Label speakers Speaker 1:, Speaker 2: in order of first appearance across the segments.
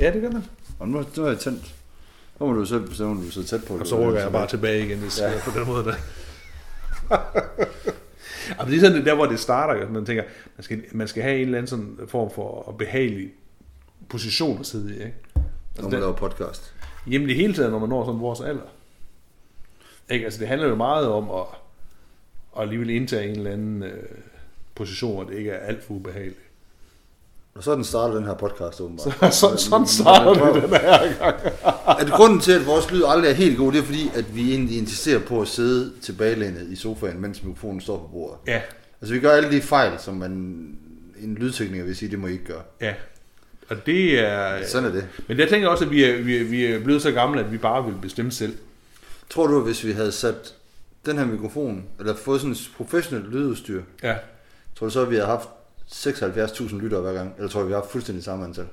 Speaker 1: Ja, det gør man.
Speaker 2: Og nu, nu er jeg tændt. Nu må du så, så, må du så tæt på det.
Speaker 1: Og så rykker jeg bare tilbage igen, hvis
Speaker 2: Ja.
Speaker 1: ja. på den måde. Der. Jamen, det er sådan det der, hvor det starter. jo. Man tænker, man skal, man skal have en eller anden sådan form for behagelig position at sidde i. Ikke?
Speaker 2: Når
Speaker 1: Altså,
Speaker 2: man
Speaker 1: det,
Speaker 2: laver podcast.
Speaker 1: jamen, det hele taget, når man når sådan vores alder. Ikke? Altså, det handler jo meget om at, at alligevel indtage en eller anden øh, position, hvor det ikke er alt for ubehageligt.
Speaker 2: Og sådan starter den her podcast, åbenbart.
Speaker 1: Så, så, sådan starter vi den her gang.
Speaker 2: At grunden til, at vores lyd aldrig er helt god, det er fordi, at vi egentlig insisterer på at sidde tilbagelænet i sofaen, mens mikrofonen står på bordet.
Speaker 1: Ja,
Speaker 2: Altså, vi gør alle de fejl, som man en lydtekniker vil sige, det må I ikke gøre.
Speaker 1: ja. Og det er...
Speaker 2: Sådan er det.
Speaker 1: Men jeg tænker også, at vi er, vi, er, vi er blevet så gamle, at vi bare vil bestemme selv.
Speaker 2: Tror du, at hvis vi havde sat den her mikrofon, eller fået sådan et professionelt lydudstyr,
Speaker 1: Ja.
Speaker 2: tror du så, at vi havde haft 76.000 lyttere hver gang? Eller tror du, vi har haft fuldstændig samme antal?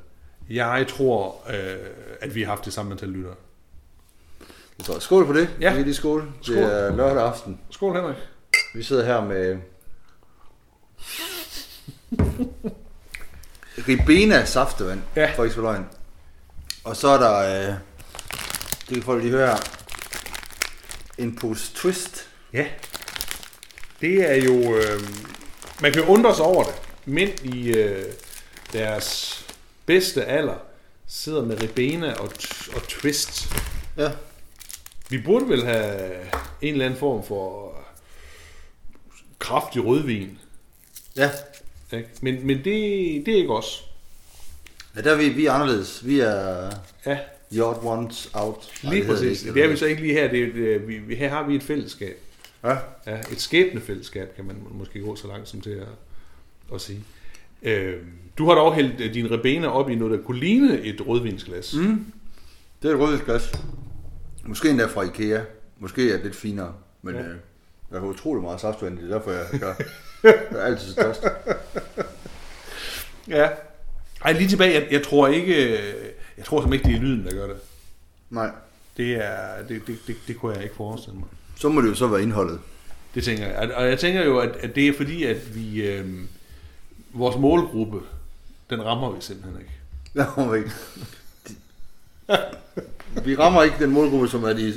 Speaker 1: Jeg tror, øh, at vi har haft det samme antal lyttere.
Speaker 2: Jeg tror, skål på det.
Speaker 1: Ja.
Speaker 2: Vi kan lige skåle.
Speaker 1: Skål.
Speaker 2: Det er lørdag aften.
Speaker 1: Skål, Henrik.
Speaker 2: Vi sidder her med... Ribena saftevand
Speaker 1: Ja.
Speaker 2: fra Isbjørn. Og så er der, øh, det kan folk lige høre, her, en pose twist.
Speaker 1: Ja. Det er jo... Øh, man kan jo undre sig over det. Mænd i øh, deres bedste alder sidder med ribena og, t- og twist.
Speaker 2: Ja.
Speaker 1: Vi burde vel have en eller anden form for kraftig rødvin.
Speaker 2: Ja,
Speaker 1: Ikke? Men, men det, det er ikke os.
Speaker 2: ja der er vi, vi er anderledes. Vi er
Speaker 1: Ja,
Speaker 2: the odd ones out. Nej,
Speaker 1: Lige
Speaker 2: hedder
Speaker 1: præcis.
Speaker 2: ikke.
Speaker 1: Det er vi så ikke lige her. Det er, det er, vi, vi- her har vi et fællesskab.
Speaker 2: Ja.
Speaker 1: Ja, et skæbnefællesskab, kan man måske gå så langt som til at, at sige. Øh, du har dog hældt øh, dine ribena op i noget, der kunne ligne et rødvinsglas. Mm.
Speaker 2: Det er et rødvinsglas. Måske endda fra Ikea. Måske er det lidt finere. Men
Speaker 1: Ja.
Speaker 2: ja. øh, jeg har utrolig meget saftevand. i Det er derfor, jeg gør. jeg er altid så tørst.
Speaker 1: Ja. Ej, lige tilbage. Jeg, jeg tror ikke, øh, jeg tror simpelthen ikke, det er lyden, der gør det.
Speaker 2: Nej.
Speaker 1: Det, er, det, det, det, det kunne jeg ikke forestille mig.
Speaker 2: Så må det jo så være indholdet.
Speaker 1: Det tænker jeg. Og- Og jeg tænker jo, at, at det er fordi, at vi, øh, vores målgruppe, den rammer vi simpelthen ikke.
Speaker 2: Jeg rammer ikke. De- Vi rammer ikke den målgruppe, som er de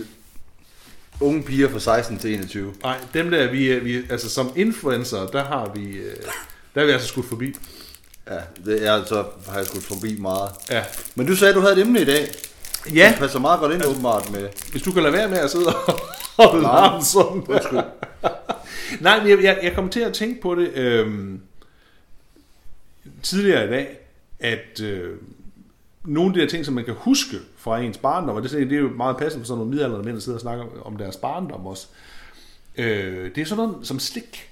Speaker 2: unge piger fra 16 til 21.
Speaker 1: Nej, dem der, vi, er- vi, altså som influencer, der har vi, øh, der er vi altså skudt forbi.
Speaker 2: Ja, det er altså, har jeg skudt forbi meget.
Speaker 1: Ja.
Speaker 2: Men du sagde, at du havde et emne i dag.
Speaker 1: ja,
Speaker 2: Det passer meget godt ind åbenbart med...
Speaker 1: hvis du kan lade være med at sidde og holde
Speaker 2: Nej.
Speaker 1: larm sådan der. Nej, men jeg, jeg, jeg kom til at tænke på det øhm, tidligere i dag, at øh, nogle af de her ting, som man kan huske fra ens barndom, og det, er sådan- det er jo meget passende for sådan nogle midaldrende mænd, der sidder og snakker om- om deres barndom også, øh, det er sådan noget som slik.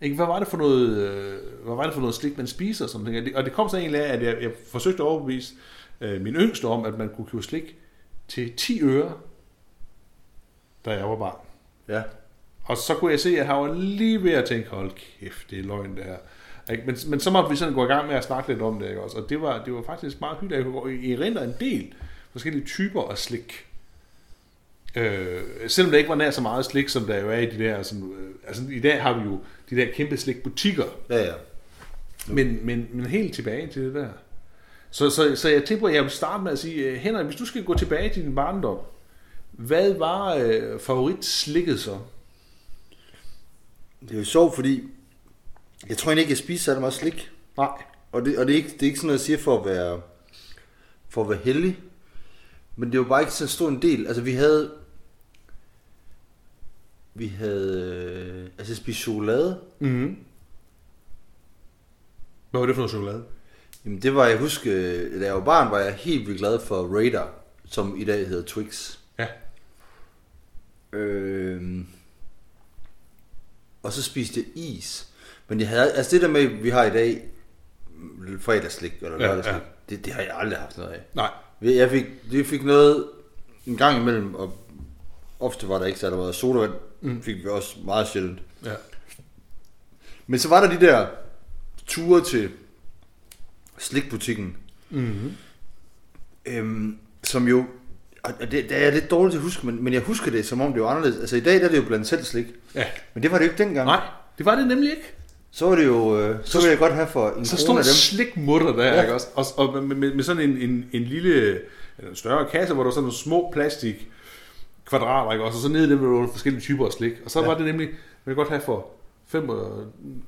Speaker 1: Ikke, hvad var det for noget, øh, hvad var det for noget slik, man spiser? Som ting? Og det- Og det kom så egentlig af, at jeg, jeg forsøgte at overbevise øh, min yngste om, at man kunne købe slik til 10 øre, da jeg var barn.
Speaker 2: Ja.
Speaker 1: Og så kunne jeg se, at han var lige ved at tænke, hold kæft, det er løgn det her. Ikke? Men, men så måtte vi sådan gå i gang med at snakke lidt om det, ikke også? Og det var, det var faktisk meget hyggeligt. Jeg kunne gå- I erindre en del forskellige typer af slik. Øh, selvom der ikke var nær så meget slik, som der jo er i de der... Sådan, øh, altså, i dag har vi jo de der kæmpe slikbutikker,
Speaker 2: Ja, ja.
Speaker 1: men, men, men helt tilbage til det der. Så, så, så jeg tænkte på, at jeg vil starte med at sige, øh, Henrik, hvis du skal gå tilbage til din barndom, hvad var øh, favoritslikket så?
Speaker 2: Det er jo sjovt, fordi jeg tror egentlig ikke, jeg spiser særlig meget slik.
Speaker 1: Nej.
Speaker 2: Og, det, og det, er ikke, det er ikke sådan noget, jeg siger for at være, for at være heldig. Men det var bare ikke så stor en del. Altså vi havde... Vi havde... øh, Altså jeg spiste chokolade.
Speaker 1: Mm. Hvad var det for noget chokolade?
Speaker 2: Jamen det var, jeg husker, øh, da jeg var barn, var jeg helt vildt glad for Raider, som i dag hedder Twix.
Speaker 1: Ja.
Speaker 2: Øhm. Og så spiste jeg is. Men jeg havde, altså det der med, vi har i dag mm, fredagsslik, eller
Speaker 1: Ja,
Speaker 2: lørdagsslik, ja,
Speaker 1: ja.
Speaker 2: ja. det, det, har jeg aldrig haft noget af.
Speaker 1: Nej.
Speaker 2: Jeg fik, vi fik noget en gang imellem, og ofte var der ikke særlig meget sodavand, mm. fik vi også meget sjældent.
Speaker 1: Ja.
Speaker 2: Men så var der de der ture til slikbutikken,
Speaker 1: Mm-hmm.
Speaker 2: øhm, som jo, og og det, det er jeg lidt dårligt til at huske, men, men jeg husker det, som om det var anderledes. Altså i dag der er det jo blandt selv slik,
Speaker 1: Ja.
Speaker 2: men det var det jo ikke dengang.
Speaker 1: Nej, det var det nemlig ikke.
Speaker 2: så var det jo, øh, så, så ville jeg godt have for en
Speaker 1: Så
Speaker 2: krone
Speaker 1: stod
Speaker 2: af
Speaker 1: der
Speaker 2: dem.
Speaker 1: slikmutter der,
Speaker 2: Ja.
Speaker 1: ja. ikke også? Og, og med, med, med sådan en, en, en lille, eller en større kasse, hvor der var sådan nogle små plastik kvadrater, ikke også? Og så nede i dem var der forskellige typer af slik. Og så ja. var det nemlig, man kan godt have for 35,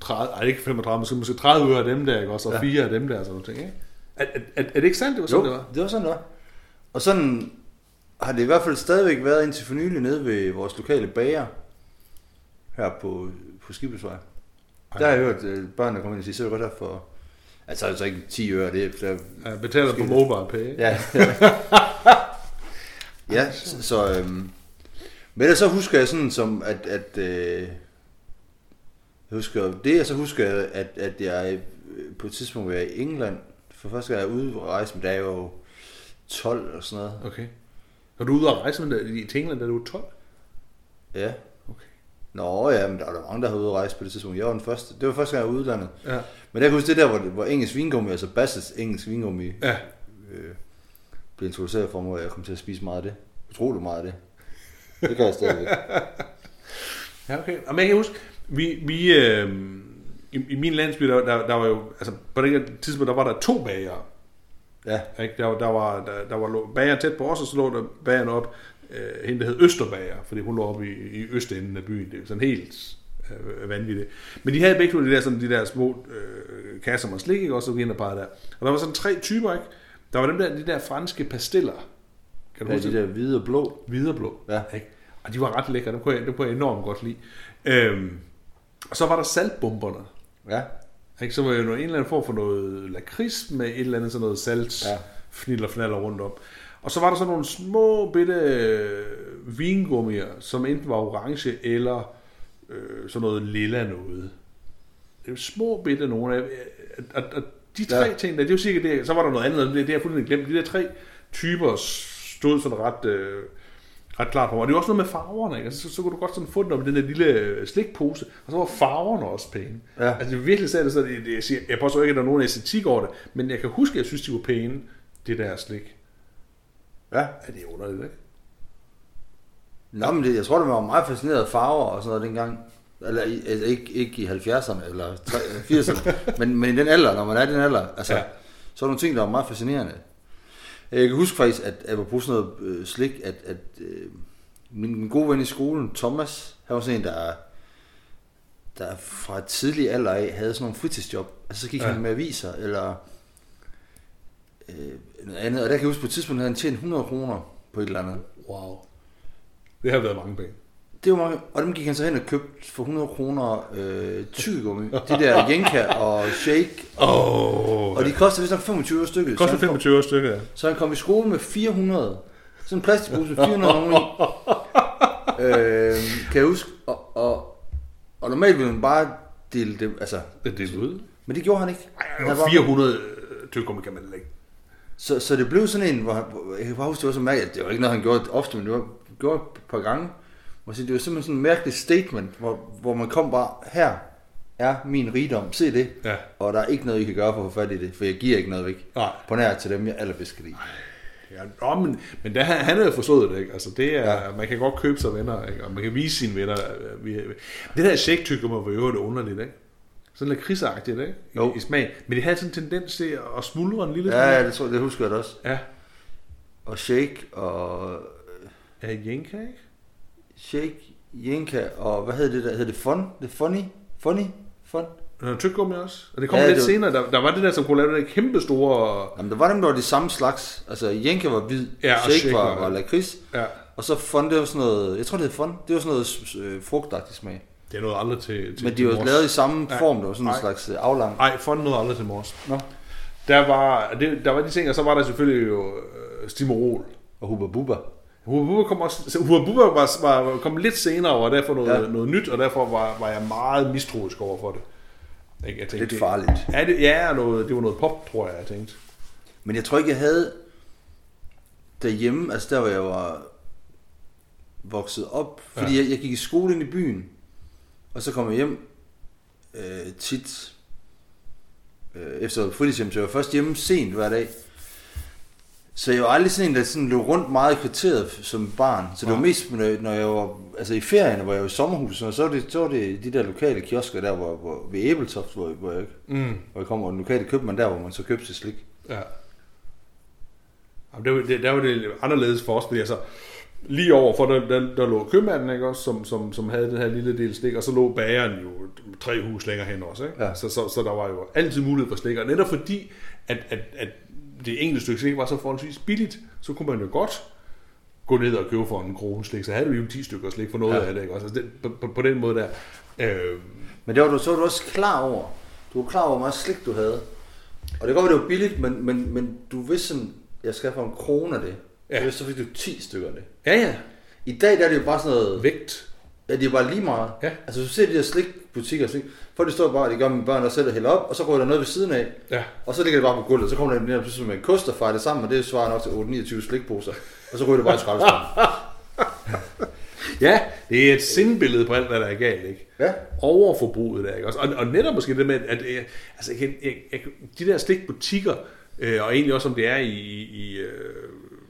Speaker 1: nej ikke 35, måske, måske 30 øre af dem der, ikke også? Og
Speaker 2: Ja.
Speaker 1: ja. 4 af dem der, og sådan noget ting, ikke? Er, er, er, er det ikke sandt, det var sådan, det
Speaker 2: jo,
Speaker 1: var?
Speaker 2: det var sådan, det var. Og sådan har det i hvert fald stadigvæk været indtil for nylig nede ved vores lokale bager her på, på Skibesvej. Der har jeg hørt øh, børnene komme ind og sige, så er det godt her for... Altså, altså ikke 10 øre, det er... Der,
Speaker 1: Ja, betaler på
Speaker 2: Måske.
Speaker 1: mobile pay. ikke?
Speaker 2: ja. ja, så... så øhm, men ellers så husker jeg sådan som, at... at øh, jeg husker det, og så husker jeg, at, at jeg øh, på et tidspunkt var jeg i England. For første gang jeg var ude at rejse, men da jeg var jo 12 og sådan noget.
Speaker 1: Okay. Når du er ude og rejse med det, i England, da du er 12?
Speaker 2: Ja.
Speaker 1: Okay.
Speaker 2: Nå ja, men der var der mange, der havde ude at rejse på det tidspunkt. Jeg var den første. Det var første gang, jeg var i udlandet.
Speaker 1: Ja.
Speaker 2: Men jeg kan huske det der, hvor, hvor engelsk vingummi, altså Bassets engelsk vingummi,
Speaker 1: Ja.
Speaker 2: øh, blev introduceret for mig, og jeg kom til at spise meget af det. Utrolig meget af det. Det gør jeg stadigvæk.
Speaker 1: Ja, okay. Og men jeg kan huske, vi, vi øh, i, i, min landsby, der, der, der, var jo, altså på det her tidspunkt, der var der to bager.
Speaker 2: ja,
Speaker 1: Ikke? Der, var- der, var, der, der var lå- bager tæt på os, og så lå der bageren op, øh, hende der hed Østerbager, fordi hun lå oppe i, i østenden af byen. Det er sådan helt øh, vanvittigt. Men de havde begge to de der, sådan, de der små øh, kasser med slik, ikke? og så gik ind og pegede der. Og der var sådan tre typer, ikke? Der var dem der, de der franske pastiller. Kan du
Speaker 2: ja
Speaker 1: huske
Speaker 2: de
Speaker 1: det?
Speaker 2: der hvide og blå.
Speaker 1: hvide og blå.
Speaker 2: Ja.
Speaker 1: Ikke? Og de var ret lækre, dem kunne jeg, dem kunne jeg enormt godt lide. Øhm, og så var der saltbomberne.
Speaker 2: Ja,
Speaker 1: Ikke? Så var jo noget, en eller anden form for noget lakrids med et eller andet sådan noget salt,
Speaker 2: Ja.
Speaker 1: ja. fnitter fnatter rundt om. Og så var der sådan nogle små bitte øh, vingummier, som enten var orange eller øh, sådan noget lilla noget. Det var små bitte nogle af, og, og de tre
Speaker 2: Ja.
Speaker 1: ja. ting der, det er jo cirka det, så var der noget andet, det, det har jeg fuldstændig glemt. De der tre typer stod sådan ret, øh, ret klart på mig. Og det var også noget med farverne, ikke? Altså, så, så kunne du godt sådan få den op i den der lille øh, slikpose, og så var farverne også pæne.
Speaker 2: Ja.
Speaker 1: Altså det er virkelig sagde det så, det, det, jeg, siger, jeg påstår ikke, at der er nogen æstetik over det, men jeg kan huske, at jeg synes, de var pæne, det der slik.
Speaker 2: ja.
Speaker 1: Ja, det er underligt, ikke?
Speaker 2: Nå, men det, jeg tror, det var meget fascineret af farver og sådan noget dengang. Eller i- altså, ikke, ikke i 70'erne eller tre- 80'erne, men, men i den alder, når man er i den alder. Altså, ja.
Speaker 1: Ja.
Speaker 2: Så er nogle ting, der var meget fascinerende. Jeg kan huske faktisk, at at jeg var på sådan noget øh, slik, at, at øh, min, min gode ven i skolen, Thomas, han var sådan en, der, der fra tidlig alder af havde sådan nogle fritidsjob. Altså så gik ja.
Speaker 1: Ja.
Speaker 2: han med aviser eller øh, noget andet. Og der kan jeg huske, på et tidspunkt havde han tjent 100 kroner på et eller andet.
Speaker 1: Wow. Det har været mange penge.
Speaker 2: Det var mange, og dem gik han så hen og købte for 100 kroner øh, tyggegummi. De der Jenka og Shake.
Speaker 1: Åh, oh,
Speaker 2: Og de kostede vist nok 25 øre stykket. så
Speaker 1: koster
Speaker 2: han kom-
Speaker 1: 25 øre stykket, ja.
Speaker 2: Så han kom i skole med 400. Sådan en plastikpose med 400 nogen i. Øh, kan jeg huske. Og, og, og normalt ville man bare dele dem. Altså,
Speaker 1: Det er det ud.
Speaker 2: men det gjorde han ikke. Han havde
Speaker 1: Ej,
Speaker 2: bare-
Speaker 1: 400 tyggegummi kan man heller ikke.
Speaker 2: Så, så det blev sådan en, hvor han, hvor- jeg kan bare huske, det var så mærkeligt, det var ikke noget, han gjorde ofte, men det var gjort et par gange. Og så, det var simpelthen sådan en mærkelig statement, hvor, hvor man kom bare, her er min rigdom, se det.
Speaker 1: Ja.
Speaker 2: Og der er ikke noget, I kan gøre for at få fat i det, for jeg giver ikke noget væk.
Speaker 1: Nej.
Speaker 2: På nær til dem, jeg allerbedst kan lide.
Speaker 1: Ja, nå, men, men der, han havde forstået det, ikke? Altså, det er, ja. man kan godt købe sig venner, ikke? Og man kan vise sine venner. øh, vi- Det der shake-tykker var jo det underligt, ikke? Sådan lidt krigsagtigt, ikke? I,
Speaker 2: Jo.
Speaker 1: I, smag. Men det havde sådan en tendens til at smuldre en lille
Speaker 2: Ja, ja, det, tror, jeg- det husker jeg da også.
Speaker 1: ja.
Speaker 2: Og Shake og...
Speaker 1: Ja, Jenka, ikke?
Speaker 2: Shake, Jenka og... Hvad hed det der? Hed det Fun? Det Funny? Funny? Fun?
Speaker 1: Nå, tyggegummi også. Og det kom
Speaker 2: Ja,
Speaker 1: ja, lidt
Speaker 2: det
Speaker 1: det
Speaker 2: var-
Speaker 1: senere. Der, der, var det der, som kunne lave det der kæmpe store...
Speaker 2: Jamen, der var dem, der var de samme slags. Altså, Jenka var hvid,
Speaker 1: Ja, og
Speaker 2: Shake
Speaker 1: Shake
Speaker 2: var,
Speaker 1: var-
Speaker 2: var lakrids,
Speaker 1: Ja.
Speaker 2: Og så fond, det var sådan noget, jeg tror det hed fond, det var sådan noget s- øh, frugtagtigt smag.
Speaker 1: Det er noget aldrig til, til
Speaker 2: Men de var
Speaker 1: mors.
Speaker 2: lavet i samme
Speaker 1: Ja.
Speaker 2: form, det var sådan en
Speaker 1: Nej.
Speaker 2: slags øh, aflang.
Speaker 1: Nej, for noget aldrig til mors.
Speaker 2: Nå.
Speaker 1: Der var, det, der var de ting, og så var der selvfølgelig jo øh, Stimorol.
Speaker 2: Og Hubba Bubba.
Speaker 1: Huabuba kom, også, så Huabuba var, var, kom lidt senere, og derfor noget,
Speaker 2: Ja.
Speaker 1: ja. noget nyt, og derfor var, var jeg meget mistroisk over for det. Ikke? Jeg tænkte,
Speaker 2: Lidt
Speaker 1: det-
Speaker 2: farligt.
Speaker 1: Ja, det, ja og noget, det var noget pop, tror jeg, jeg tænkte.
Speaker 2: Men jeg tror ikke, jeg havde derhjemme, altså der hvor jeg var vokset op, fordi ja. jeg, jeg gik i skole ind i byen, og så kom jeg hjem øh, tit øh, efter fritidshjem, så jeg var først hjemme sent hver dag. Så jeg var aldrig sådan en, der sådan løb rundt meget i kvarteret f- som barn. Så det var
Speaker 1: Nej.
Speaker 2: mest, når jeg- når jeg var altså i ferien, hvor jeg var i sommerhus, og så var det, så var det de der lokale kiosker der, hvor, hvor ved Æbeltoft, hvor, hvor jeg,
Speaker 1: Mm.
Speaker 2: hvor jeg kom, og den lokale købmand der, hvor man så købte sit slik.
Speaker 1: Ja. Jamen, der, var det, der var det anderledes for os, fordi altså, lige over for der, der, der lå købmanden, ikke også, som, som, som havde den her lille del slik, og så lå bageren jo tre hus længere hen også, ikke?
Speaker 2: Ja.
Speaker 1: Så, så, så der var jo altid mulighed for slik, og netop fordi, at, at, at det enkelte stykke slik var så forholdsvis billigt, så kunne man jo godt gå ned og købe for en krone slik, så havde du jo 10 stykker slik for noget
Speaker 2: Ja.
Speaker 1: ja. af det, ikke også? Altså, det, på, på, på den måde der. Øh,
Speaker 2: Men der var du, så var du også klar over, du var klar over, hvor meget slik du havde. Og det kan godt være, det var billigt, men, men, men du vidste sådan, jeg skal have for en krone af det.
Speaker 1: Ja.
Speaker 2: Ja. Så fik du 10 stykker af det.
Speaker 1: ja, ja.
Speaker 2: I dag der er det jo bare sådan noget...
Speaker 1: Vægt.
Speaker 2: Ja, det er bare lige meget.
Speaker 1: Ja.
Speaker 2: Altså, hvis du ser de der slikbutikker, slik, for det står bare, det gør mine børn også selv at hælde op, og så går der noget ved siden af,
Speaker 1: Ja.
Speaker 2: og så ligger det bare på gulvet, og så kommer der lige pludselig med en kost og fejrer det sammen, og det svarer nok til 8-29 slikposer, og så ryger det bare i skraldespanden.
Speaker 1: Ja, det er et sindbillede på alt, hvad der er galt, ikke?
Speaker 2: Ja.
Speaker 1: Overforbruget der, ikke også? Og, og netop måske det med, at øh, altså, jeg, kan- jeg, jeg, de der slikbutikker, øh, og egentlig også om det er i, i øh,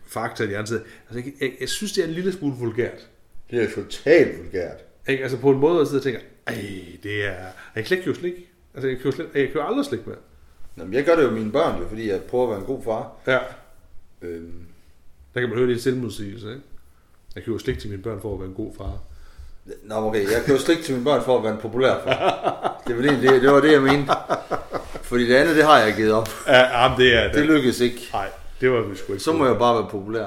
Speaker 1: Fakta i andet altså, jeg, jeg, jeg synes, det er en lille smule vulgært.
Speaker 2: Det er totalt vulgært.
Speaker 1: Ikke? Altså på en måde, at sidde og tænker, ej, det er... Jeg kan slet ikke købe slik. Altså, jeg køber, slet, jeg køber aldrig slik med.
Speaker 2: Nå, men jeg gør det jo med mine børn, jo, fordi jeg prøver at være en god far.
Speaker 1: Ja.
Speaker 2: Øhm,
Speaker 1: Der kan man høre, det er en selvmodsigelse, ikke? Jeg køber slik til mine børn for at være en god far.
Speaker 2: Nå, okay, jeg køber slik til mine børn for at være en populær far. Det var det, det, det, var det jeg mente. Fordi det andet, det har jeg givet op.
Speaker 1: Ja, ja det er
Speaker 2: Det lykkedes ikke.
Speaker 1: Nej, det var vi sgu ikke.
Speaker 2: Så må jeg bare være populær.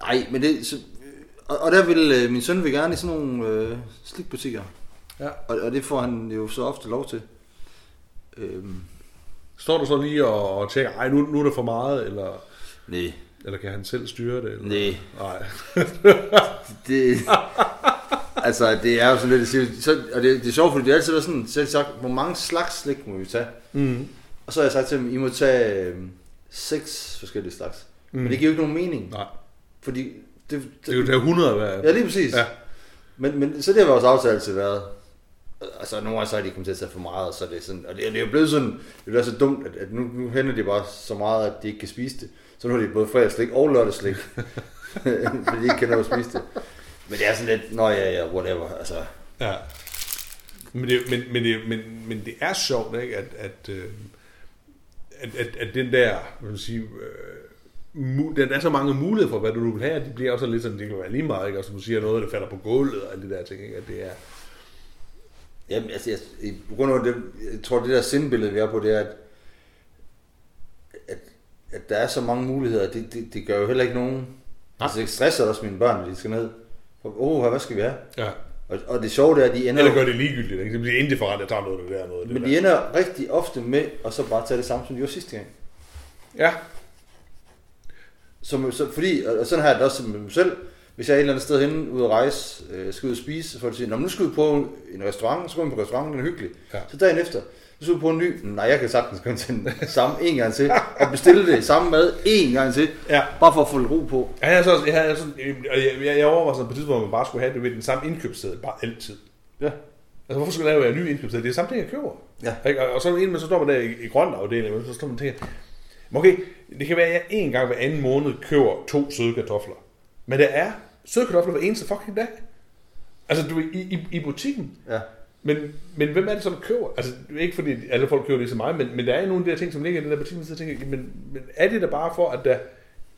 Speaker 2: Nej, men det... Så, og, og der vil øh, min søn vil gerne i sådan nogle øh, slikbutikker.
Speaker 1: Ja.
Speaker 2: Og, og det får han jo så ofte lov til. Øhm,
Speaker 1: Står du så lige og, og tænker, ej, nu, nu er der for meget, eller,
Speaker 2: nej,
Speaker 1: eller kan han selv styre det? Eller?
Speaker 2: nej.
Speaker 1: Nej.
Speaker 2: Det, altså, det er jo sådan lidt... at sige- Så, og det, det er sjovt, fordi det har altid været sådan, selv sagt, hvor mange slags slik må vi tage?
Speaker 1: Mm.
Speaker 2: Og så har jeg sagt til dem, I må tage øh, seks forskellige slags. Mm. Men det giver jo ikke nogen mening.
Speaker 1: Nej,
Speaker 2: Fordi det,
Speaker 1: det kunne tage 100 hver.
Speaker 2: Ja, lige præcis.
Speaker 1: Ja.
Speaker 2: Ja. Men, men så det har vores aftale altid været. Altså, nogle gange så har de kommet til at tage for meget, og så er det sådan, og det, det er jo blevet sådan, det er så dumt, at, at nu, nu hænder de bare så meget, at de ikke kan spise det. Så nu har de både fredagslik og lørdagsslik, fordi de ikke kan nå at spise det. Men det er sådan lidt, nå ja, ja, whatever, altså.
Speaker 1: ja. Men, det, men, men, det, men, men det er sjovt, ikke? At, at, øh, at, at, at den der, hvad man sige, øh, mu- der der er så mange muligheder for, hvad du nu vil have, at det bliver også lidt sådan, det kan være lige meget, ikke? Og som du siger, noget, der falder på gulvet og alle de der ting, ikke? At det er,
Speaker 2: Jamen, altså, jeg, i grund af det, jeg tror, det der sindbillede, vi er på, det er, at, at, at der er så mange muligheder, det, det, det gør jo heller ikke nogen. Altså, det stresser også mine børn, når de skal ned. Åh, oh, hvad skal vi have?
Speaker 1: ja.
Speaker 2: Og, og det sjove det er, at de ender,
Speaker 1: Eller
Speaker 2: jo,
Speaker 1: gør det ligegyldigt, ikke? Det bliver indifferent, jeg tager noget af det der, noget af det
Speaker 2: men
Speaker 1: der.
Speaker 2: de ender rigtig ofte med at så bare tage det samme, som de gjorde sidste gang.
Speaker 1: Ja,
Speaker 2: Som, så, fordi, og og sådan har jeg det også med mig selv. Hvis jeg er et eller andet sted henne, ude at rejse, øh, skal ud og spise, så får de sige, "Nå, men nu skal vi på en restaurant, så går vi på restauranten, den er hyggelig.
Speaker 1: Ja.
Speaker 2: Ja. Så dagen efter, så skal vi på en ny, nej, jeg kan sagtens gå ind til den samme en gang til, og bestille det samme mad en gang til,
Speaker 1: ja.
Speaker 2: bare for at få lidt ro på.
Speaker 1: Ja, jeg, så, jeg, havde sådan, og jeg, jeg, jeg overvejede sådan på et tidspunkt, at man bare skulle have det ved den samme indkøbssted, bare altid.
Speaker 2: Ja.
Speaker 1: Altså, hvorfor skulle jeg lave en ny indkøbssted? Det er samme ting, jeg køber.
Speaker 2: Ja.
Speaker 1: Ikke? Og, og så er der en, men så står man der i, i grøn afdeling, og så står man og tænker, "Men okay, det kan være, at jeg en gang hver anden måned køber to søde kartofler. Men der er søde kartofler hver eneste fucking dag. Altså, du er i, i, i butikken.
Speaker 2: Ja.
Speaker 1: Men, men hvem er det, som køber? Altså, det er ikke fordi alle folk køber det så meget, men, men der er nogle af de der ting, som ligger i den der butik, og så tænker jeg, men, men er det da bare for, at der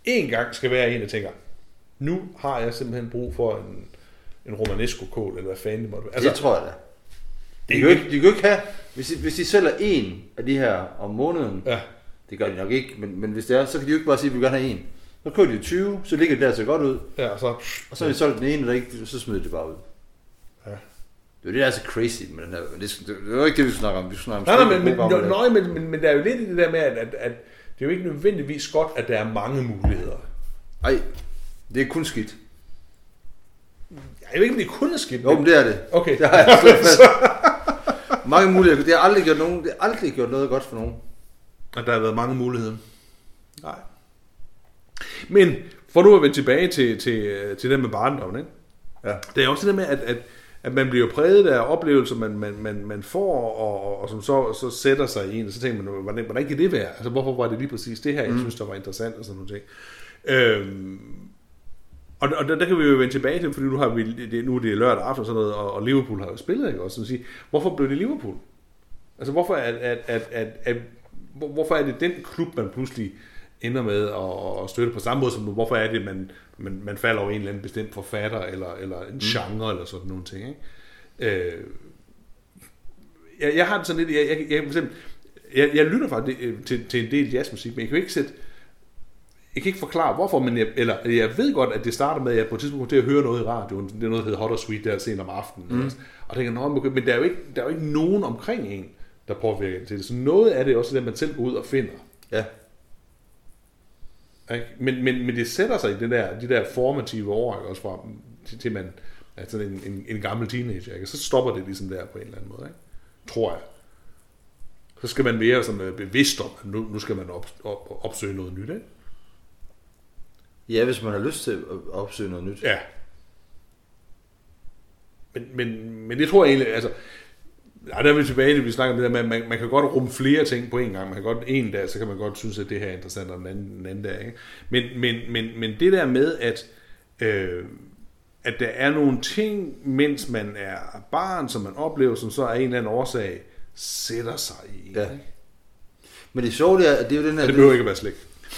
Speaker 1: én gang skal være en, der tænker, nu har jeg simpelthen brug for en, en romanesco-kål, eller hvad fanden det måtte være.
Speaker 2: Altså, det tror jeg da.
Speaker 1: det
Speaker 2: De
Speaker 1: er
Speaker 2: kan,
Speaker 1: jo
Speaker 2: jo
Speaker 1: ikke...
Speaker 2: ikke, de kan jo ikke have, hvis de, hvis de sælger en af de her om måneden,
Speaker 1: Ja,
Speaker 2: Det gør de nok ikke, men, men hvis det er, så kan de jo ikke bare sige, at vi vil gerne have en. Så køber de 20, så ligger det der så godt ud,
Speaker 1: ja, og så...
Speaker 2: og så er de solgt den ene, der ikke, så smider de det bare ud.
Speaker 1: Ja.
Speaker 2: Det er jo det, der er så crazy med den her. Men det, det, det var ikke det, vi snakker om. Vi snakker om
Speaker 1: Nej, nej, men, men,
Speaker 2: store programmer,
Speaker 1: nøj,
Speaker 2: der-
Speaker 1: nøj, men, men, men der er jo lidt i det der med, at, at, at det er jo ikke nødvendigvis godt, at der er mange muligheder.
Speaker 2: Ej, det er kun skidt.
Speaker 1: Jeg ved ikke, om det kun er skidt.
Speaker 2: Jo, men det er det.
Speaker 1: Okay.
Speaker 2: Det har jeg slået fast. Mange muligheder. Det har aldrig gjort, nogen, det har aldrig gjort noget godt for nogen.
Speaker 1: At der har været mange muligheder. Nej. Men for nu at vende tilbage til, til, til det med barndommen, ikke?
Speaker 2: Ja.
Speaker 1: Det er også det der med, at, at at man bliver præget af oplevelser, man, man, man, man får, og, og som så, så sætter sig i en, og så tænker man, hvordan, hvordan kan det være? Altså, hvorfor var det lige præcis det her, jeg synes, der var interessant, og sådan noget. Øhm, og, og der, der, kan vi jo vende tilbage til, fordi nu, har vi, det, nu er det lørdag aften og sådan noget, og, og Liverpool har jo spillet, ikke? Også, sådan at sige, hvorfor blev det Liverpool? Altså, hvorfor, at, at, at, at, at, hvor- hvorfor er det den klub, man pludselig ender med at, at støtte på samme måde som nu? Hvorfor er det, man, man, man falder over en eller anden bestemt forfatter, eller, eller en genre, eller sådan nogle ting, ikke? Øh, jeg, jeg har det sådan lidt, jeg, jeg, jeg, for eksempel, jeg, jeg lytter faktisk øh, til, til en del jazzmusik, men jeg kan jo ikke sætte, jeg kan ikke forklare hvorfor, men jeg, eller, jeg ved godt, at det starter med, at jeg på et tidspunkt kom til at høre noget i radioen, det er noget, der hedder Hot og Sweet, der sent om aftenen, mm. og tænker, Nå, men okay, men der er, jo ikke, der er jo ikke nogen omkring en, der påvirker en til det, så noget af det er også det, man selv går ud og finder.
Speaker 2: Ja.
Speaker 1: Ikke? Men, men, men det sætter sig i det der, de der formative år, ikke? også fra, til, til man er sådan en, en, en gammel teenager, ikke? så stopper det ligesom der på en eller anden måde, ikke? tror jeg. Så skal man være sådan, øh, bevidst om, at nu, nu skal man op, op, opsøge noget nyt. Ikke?
Speaker 2: Ja, hvis man har lyst til at opsøge noget nyt.
Speaker 1: Ja. Men, men, men det tror jeg egentlig, altså, nej, der er vi tilbage til, vi snakker om det der med, at man, man kan godt rumme flere ting på en gang. Man kan godt, en dag, så kan man godt synes, at det her er interessant, og den anden, den anden dag, ikke? Men, men, men, men det der med, at, øh, at der er nogle ting, mens man er barn, som man oplever, som så af en eller anden årsag sætter sig i. en,
Speaker 2: Ja.
Speaker 1: ikke?
Speaker 2: Men det sjove det er, at det er jo den her...
Speaker 1: Og det behøver ikke at være slik.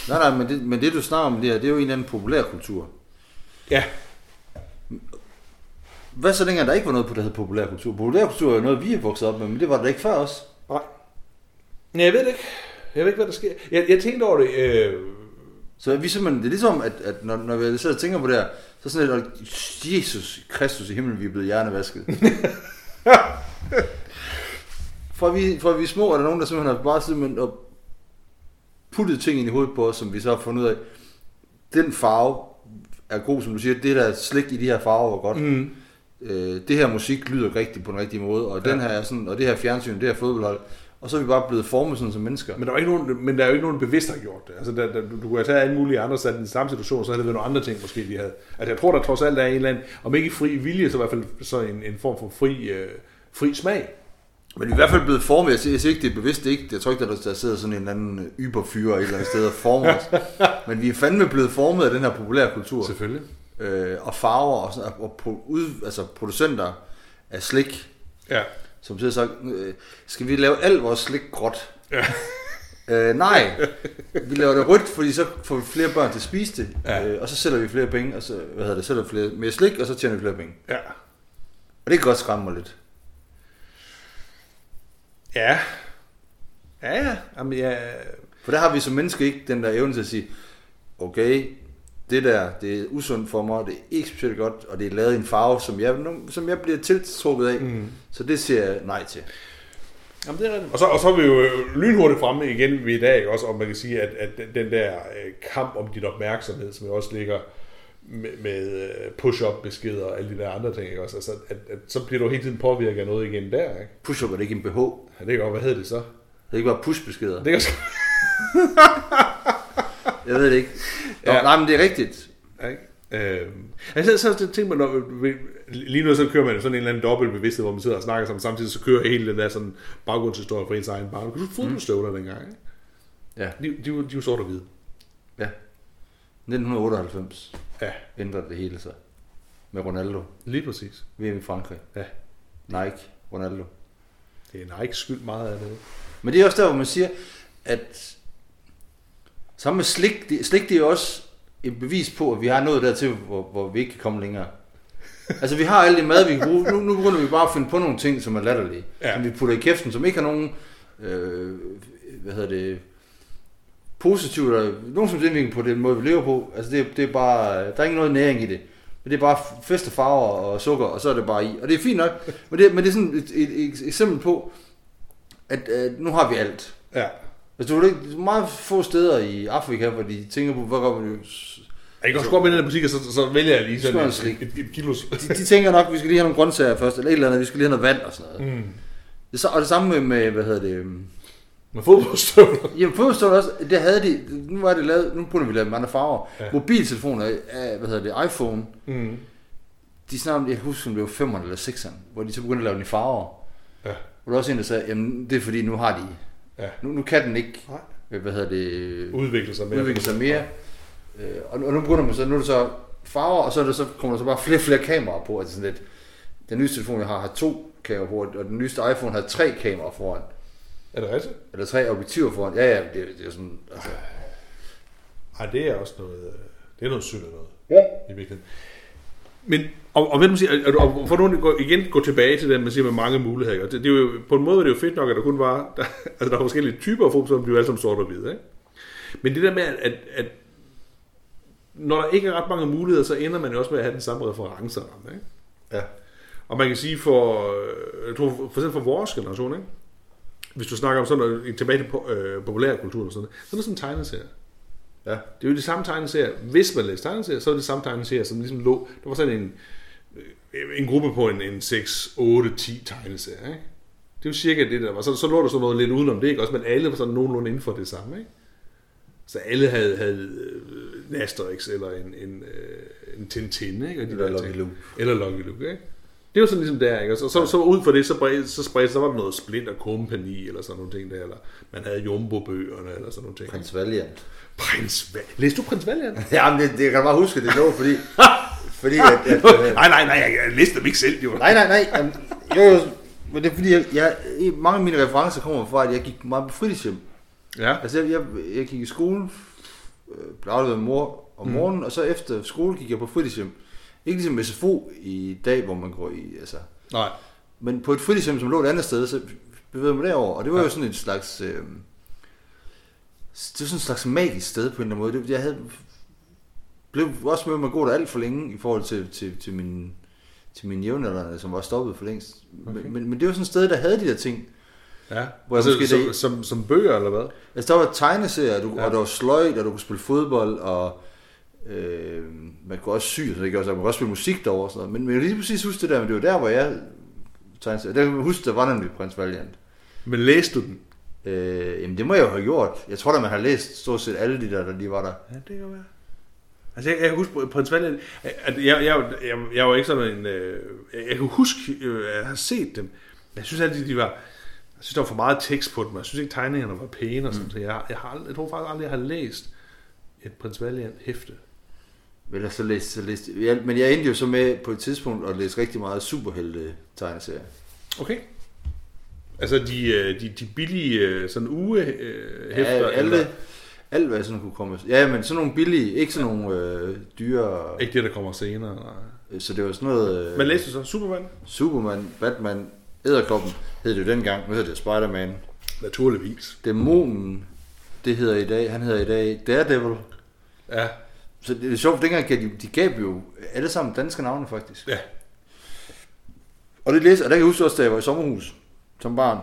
Speaker 2: Nej, nej, men det, men det du snakker om det her, det er jo en eller anden populærkultur.
Speaker 1: Ja,
Speaker 2: Hvad så dengang der ikke var noget, på, der hed populærkultur? Populærkultur er jo noget, vi er vokset op med, men det var der ikke før os.
Speaker 1: Nej. Nej, jeg ved det ikke. Jeg ved ikke, hvad der sker. Jeg, jeg tænkte over det, øh,
Speaker 2: Så er vi simpelthen, det er ligesom, at, at når, når vi sidder og tænker på det her, så er sådan lidt, at Jesus Kristus i himlen, vi er blevet hjernevasket. fra, vi, fra vi er små, er der nogen, der simpelthen har bare simpelthen og puttet ting ind i hovedet på os, som vi så har fundet ud af. Den farve er god, som du siger. Det der slik i de her farver var godt.
Speaker 1: Mm.
Speaker 2: Øh, det her musik lyder rigtigt på den rigtige måde, og, ja. den her er sådan, og det her fjernsyn, det her fodboldhold. Og så er vi bare blevet formet sådan som mennesker.
Speaker 1: Men der, er jo ikke nogen, men der er jo ikke nogen bevidst, der har gjort det. Altså, der, der, du, du kan tage alle mulige andre sat i den samme situation, så havde det været nogle andre ting, måske de havde. Altså, jeg tror, der trods alt er en eller anden, om ikke fri vilje, så i hvert fald så en, en form for fri, øh, fri smag.
Speaker 2: Men vi er i hvert fald blevet formet. Jeg siger, jeg siger ikke, det er bevidst det er ikke. Jeg tror ikke, der, der sidder sådan en eller anden øh, yberfyrer et eller andet sted og former os. Men vi er fandme blevet formet af den her populære kultur.
Speaker 1: Selvfølgelig.
Speaker 2: Øh, og farver og, sådan, og, og pro, ud, altså producenter af slik,
Speaker 1: Ja.
Speaker 2: som sidder og sagt, øh, skal vi lave alt vores slik gråt?
Speaker 1: Ja.
Speaker 2: Øh, nej, vi laver det rødt, fordi så får vi flere børn til at spise det.
Speaker 1: Ja.
Speaker 2: Øh, og så sælger vi flere penge, og så, hvad hedder det, sælger vi flere, mere slik, og så tjener vi flere penge.
Speaker 1: Ja.
Speaker 2: Og det kan godt skræmme mig lidt.
Speaker 1: Ja. Ja, ja. Jamen, ja.
Speaker 2: For der har vi som menneske ikke den der evne til at sige, okay, det der, det er usundt for mig, det er ikke specielt godt, og det er lavet i en farve, som jeg, nu- som jeg bliver tiltrukket af. Mm. Så det siger jeg nej til.
Speaker 1: Jamen, det er rigtigt. Og så, og så er vi jo øh, lynhurtigt fremme igen ved i dag, ikke? også om man kan sige, at, at den- den der øh, kamp om dit opmærksomhed, som jo også ligger med, med øh, push-up-beskeder og alle de der andre ting, ikke? også? Altså, at, at, så bliver du hele tiden påvirket af noget igen der, ikke?
Speaker 2: Push-up er det ikke en BH. Det
Speaker 1: Ja, det er godt. Hvad hedder det så?
Speaker 2: er ikke bare push-beskeder.
Speaker 1: Det er også...
Speaker 2: Jeg ved det ikke. Nå,
Speaker 1: Ja.
Speaker 2: ja. Nej, men det er rigtigt.
Speaker 1: Ja, ikke? Øh, altså, så, så tænker man, når, lige nu så kører man jo sådan en eller anden dobbelt bevidsthed, hvor man sidder og snakker sammen, samtidig så kører hele den der sådan baggrundshistorie fra ens egen barn. Kan du fodboldstøvler mm. dengang? Ikke?
Speaker 2: Ja.
Speaker 1: De, de, var- de var sort og hvide.
Speaker 2: ja. 1998
Speaker 1: Ja,
Speaker 2: ændrede det hele sig. Med Ronaldo.
Speaker 1: lige præcis.
Speaker 2: VM i Frankrig.
Speaker 1: Ja.
Speaker 2: Nike. Ronaldo.
Speaker 1: Det er Nike skyld meget af det.
Speaker 2: Men det er også der, hvor man siger, at sammen med slik, det, slik det er jo også et bevis på, at vi har nået dertil, hvor, hvor vi ikke kan komme længere. Altså vi har alt det mad, vi kan bruge. Nu, nu begynder vi bare at finde på nogle ting, som er latterlige.
Speaker 1: Ja.
Speaker 2: Ja. Som vi putter i kæften, som ikke har nogen, øh, hvad hedder det, positivt, eller nogen som indvirkning på den måde, vi lever på. Altså det, det er bare, der er ikke noget næring i det. Men det er bare fest og farver og sukker, og så er det bare i. Og det er fint nok, men det, men det er sådan et, et, et eksempel på, at, at nu har vi alt.
Speaker 1: Ja.
Speaker 2: Altså, du er ikke meget få steder i Afrika, hvor de tænker på, hvad gør vi nu?
Speaker 1: Jeg kan også gå op i den her butik, og så, så vælger jeg lige sådan
Speaker 2: Smør
Speaker 1: et,
Speaker 2: slik.
Speaker 1: et, et kilo.
Speaker 2: De, de tænker nok, vi skal lige have nogle grøntsager først, eller et eller andet, vi skal lige have noget vand og sådan noget.
Speaker 1: Mm.
Speaker 2: Det så, og det samme med, med hvad hedder det, øhm,
Speaker 1: Med fodboldstøvler.
Speaker 2: jamen forstår du også, det havde de, nu var det lavet, nu burde vi lave med andre farver. øh,
Speaker 1: Ja.
Speaker 2: Ja. Mobiltelefoner, af, hvad hedder det, iPhone,
Speaker 1: Mm.
Speaker 2: de snakker, jeg husker, det var 5'eren eller 6'eren, hvor de så begyndte at lave den i farver.
Speaker 1: Ja.
Speaker 2: Og der var også en, der sagde, jamen det er fordi, nu har de...
Speaker 1: Ja.
Speaker 2: Nu, nu kan den ikke,
Speaker 1: Nej.
Speaker 2: øh, hvad hedder det,
Speaker 1: Udvikle sig mere.
Speaker 2: udvikle sig mere. Øh, og, nu- og nu begynder man så, nu er det så farver, og så, er det, så kommer der så bare flere og flere kameraer på. Altså sådan lidt, den nyeste telefon, jeg har, har to kameraer på, og den nyeste iPhone har tre kameraer foran.
Speaker 1: Er det rigtigt?
Speaker 2: Eller tre objektiver foran. Ja, ja, det, det er sådan... Altså,
Speaker 1: Nej, det er også noget... øh, Det er noget sygt noget.
Speaker 2: ja.
Speaker 1: i virkeligheden. Men, og, og hvad man siger, og, og for nu gå, igen gå tilbage til det, man siger med mange muligheder. ikke? Og det, det er jo, på en måde var det jo fedt nok, at der kun var, der, altså der var forskellige typer af fokus, som blev alle sammen sort og hvide. Ikke? Men det der med, at, at når der ikke er ret mange muligheder, så ender man jo også med at have den samme referenceramme. Ikke?
Speaker 2: ja.
Speaker 1: Og man kan sige for, øh, jeg tror for for eksempel for vores generation, ikke? hvis du snakker om sådan noget, tilbage til po- øh, populærkulturen og sådan noget, så er det sådan en tegneserie.
Speaker 2: Ja.
Speaker 1: Det er jo de samme tegneserier. Hvis man læser tegneserier, så er det de samme tegneserier, som ligesom lå... Der var sådan en, øh, en gruppe på en, en 6, 8, 10 tegneserier, ikke? Det er jo cirka det, der var. Så, så lå der sådan noget lidt udenom det, ikke? Også, men alle var sådan nogenlunde inden for det samme, ikke? Så alle havde, havde øh, en Asterix eller en, en, øh, en Tintin, ikke? Og de
Speaker 2: Eller
Speaker 1: der
Speaker 2: Lucky
Speaker 1: ting.
Speaker 2: Luke.
Speaker 1: Eller Lucky Luke, ikke? Det var sådan ligesom der, ikke? Og så, så, så ud fra det, så spredte, så, spredte, så var der noget Splint og Company, eller sådan nogle ting der, eller man havde Jumbo-bøgerne, eller sådan nogle ting.
Speaker 2: Prins Valiant.
Speaker 1: Prins Val... Læste du Prins Valiant?
Speaker 2: Jamen, det, det kan jeg bare huske, det lå, fordi... fordi at, at, øh,
Speaker 1: nej, nej, nej, jeg, jeg læste dem ikke selv, jo.
Speaker 2: nej, nej, nej. Jamen, jo, jo, men det er fordi, jeg, jeg, mange af mine referencer kommer fra, at jeg gik meget på fritidshjem.
Speaker 1: Ja,
Speaker 2: Altså, jeg, jeg, jeg gik i skole, øh, blev afleveret af mor om morgenen, og så efter skole gik jeg på fritidshjem. Ikke ligesom SFO i dag, hvor man går i, altså.
Speaker 1: nej.
Speaker 2: Men på et fritidshjem, som lå et andet sted, så bevægede jeg mig derover, og det var ja. jo sådan et slags... Øh, det var sådan et slags magisk sted på en eller anden måde. Det, jeg havde, blev også med mig gå der alt for længe i forhold til, til, til min til mine jævnaldrende, som var stoppet for længst. Okay. Men, men, men, det var sådan et sted, der havde de der ting.
Speaker 1: Ja.
Speaker 2: Hvor
Speaker 1: Hvor
Speaker 2: jeg
Speaker 1: altså,
Speaker 2: måske
Speaker 1: som,
Speaker 2: det-
Speaker 1: som, som bøger, eller hvad?
Speaker 2: Altså, der var tegneserier, du, ja.
Speaker 1: Ja.
Speaker 2: og der var sløjt, og du kunne spille fodbold, og øh, man kunne også sy, så det gjorde sig, man kunne også spille musik derovre og sådan noget. Men, men jeg kan lige præcis huske det der, men det var der, hvor jeg tegneserier. Der kan man huske, der var nemlig Prins Valiant.
Speaker 1: Men læste du den?
Speaker 2: Øh, jamen, det må jeg jo have gjort. Jeg tror da, man har læst stort set alle de der, der lige var der.
Speaker 1: Ja, det kan være. Altså, jeg, jeg kan huske, Prins Valiant, at jeg, jeg, jeg, jeg var ikke sådan en... Øh, jeg, jeg kan huske, øh, at jeg har set dem. Jeg synes altid, de var... Jeg synes, der var for meget tekst på dem. Jeg synes ikke, tegningerne var pæne og sådan. Mm. Så jeg, jeg, har, ald- jeg tror faktisk aldrig, jeg har læst et Prins Valiant hæfte.
Speaker 2: Men ellers så læste, så læste jeg, men jeg endte jo så med på et tidspunkt at læse rigtig meget superhelte tegneserier.
Speaker 1: Okay. Altså, de, øh, de, de billige øh, sådan øh, ugehæfter.
Speaker 2: Ja, alle, alt hvad jeg sådan kunne komme. Ja, men sådan nogle billige, ikke sådan nogle øh, dyre.
Speaker 1: Ikke det, der kommer senere. Nej.
Speaker 2: Så det var sådan noget... Øh,
Speaker 1: Men læste du så Superman?
Speaker 2: Superman, Batman, Æderkoppen hed det jo dengang, nu hedder det Spider-Man.
Speaker 1: Naturligvis.
Speaker 2: Dæmonen, det hedder i dag, han hedder i dag Daredevil.
Speaker 1: Ja.
Speaker 2: Så det er sjovt, dengang gav de, de gav jo alle sammen danske navne faktisk.
Speaker 1: Ja.
Speaker 2: Og det læste, og der kan jeg huske også, da jeg var i sommerhus som barn,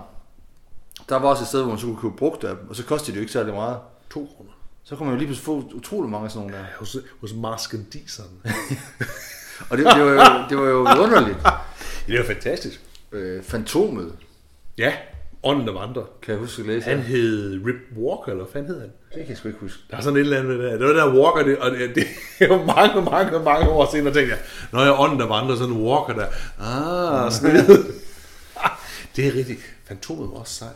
Speaker 2: der var også et sted, hvor man så kunne købe brugt af dem, og så kostede det jo ikke særlig meget.
Speaker 1: To kroner.
Speaker 2: Så kunne man jo lige pludselig få utrolig mange af sådan nogle der.
Speaker 1: Ja, hos, hos Marsken Dieseren.
Speaker 2: Og det, det, var, jo, det var jo underligt.
Speaker 1: det er fantastisk.
Speaker 2: Øh, Fantomet,
Speaker 1: Ja. Ånden der vandrer.
Speaker 2: kan jeg huske at læse.
Speaker 1: Han hed Rip Walker, eller hvad fanden hed han?
Speaker 2: Det kan jeg sgu ikke huske.
Speaker 1: Der er sådan et eller andet med det der. Det var der Walker, det, og det, det er jo mange, mange, mange år senere, tænkte jeg, når jeg ånden der vandrer, sådan en Walker der. Ah, sned. det er rigtigt. Fantomet var også sej.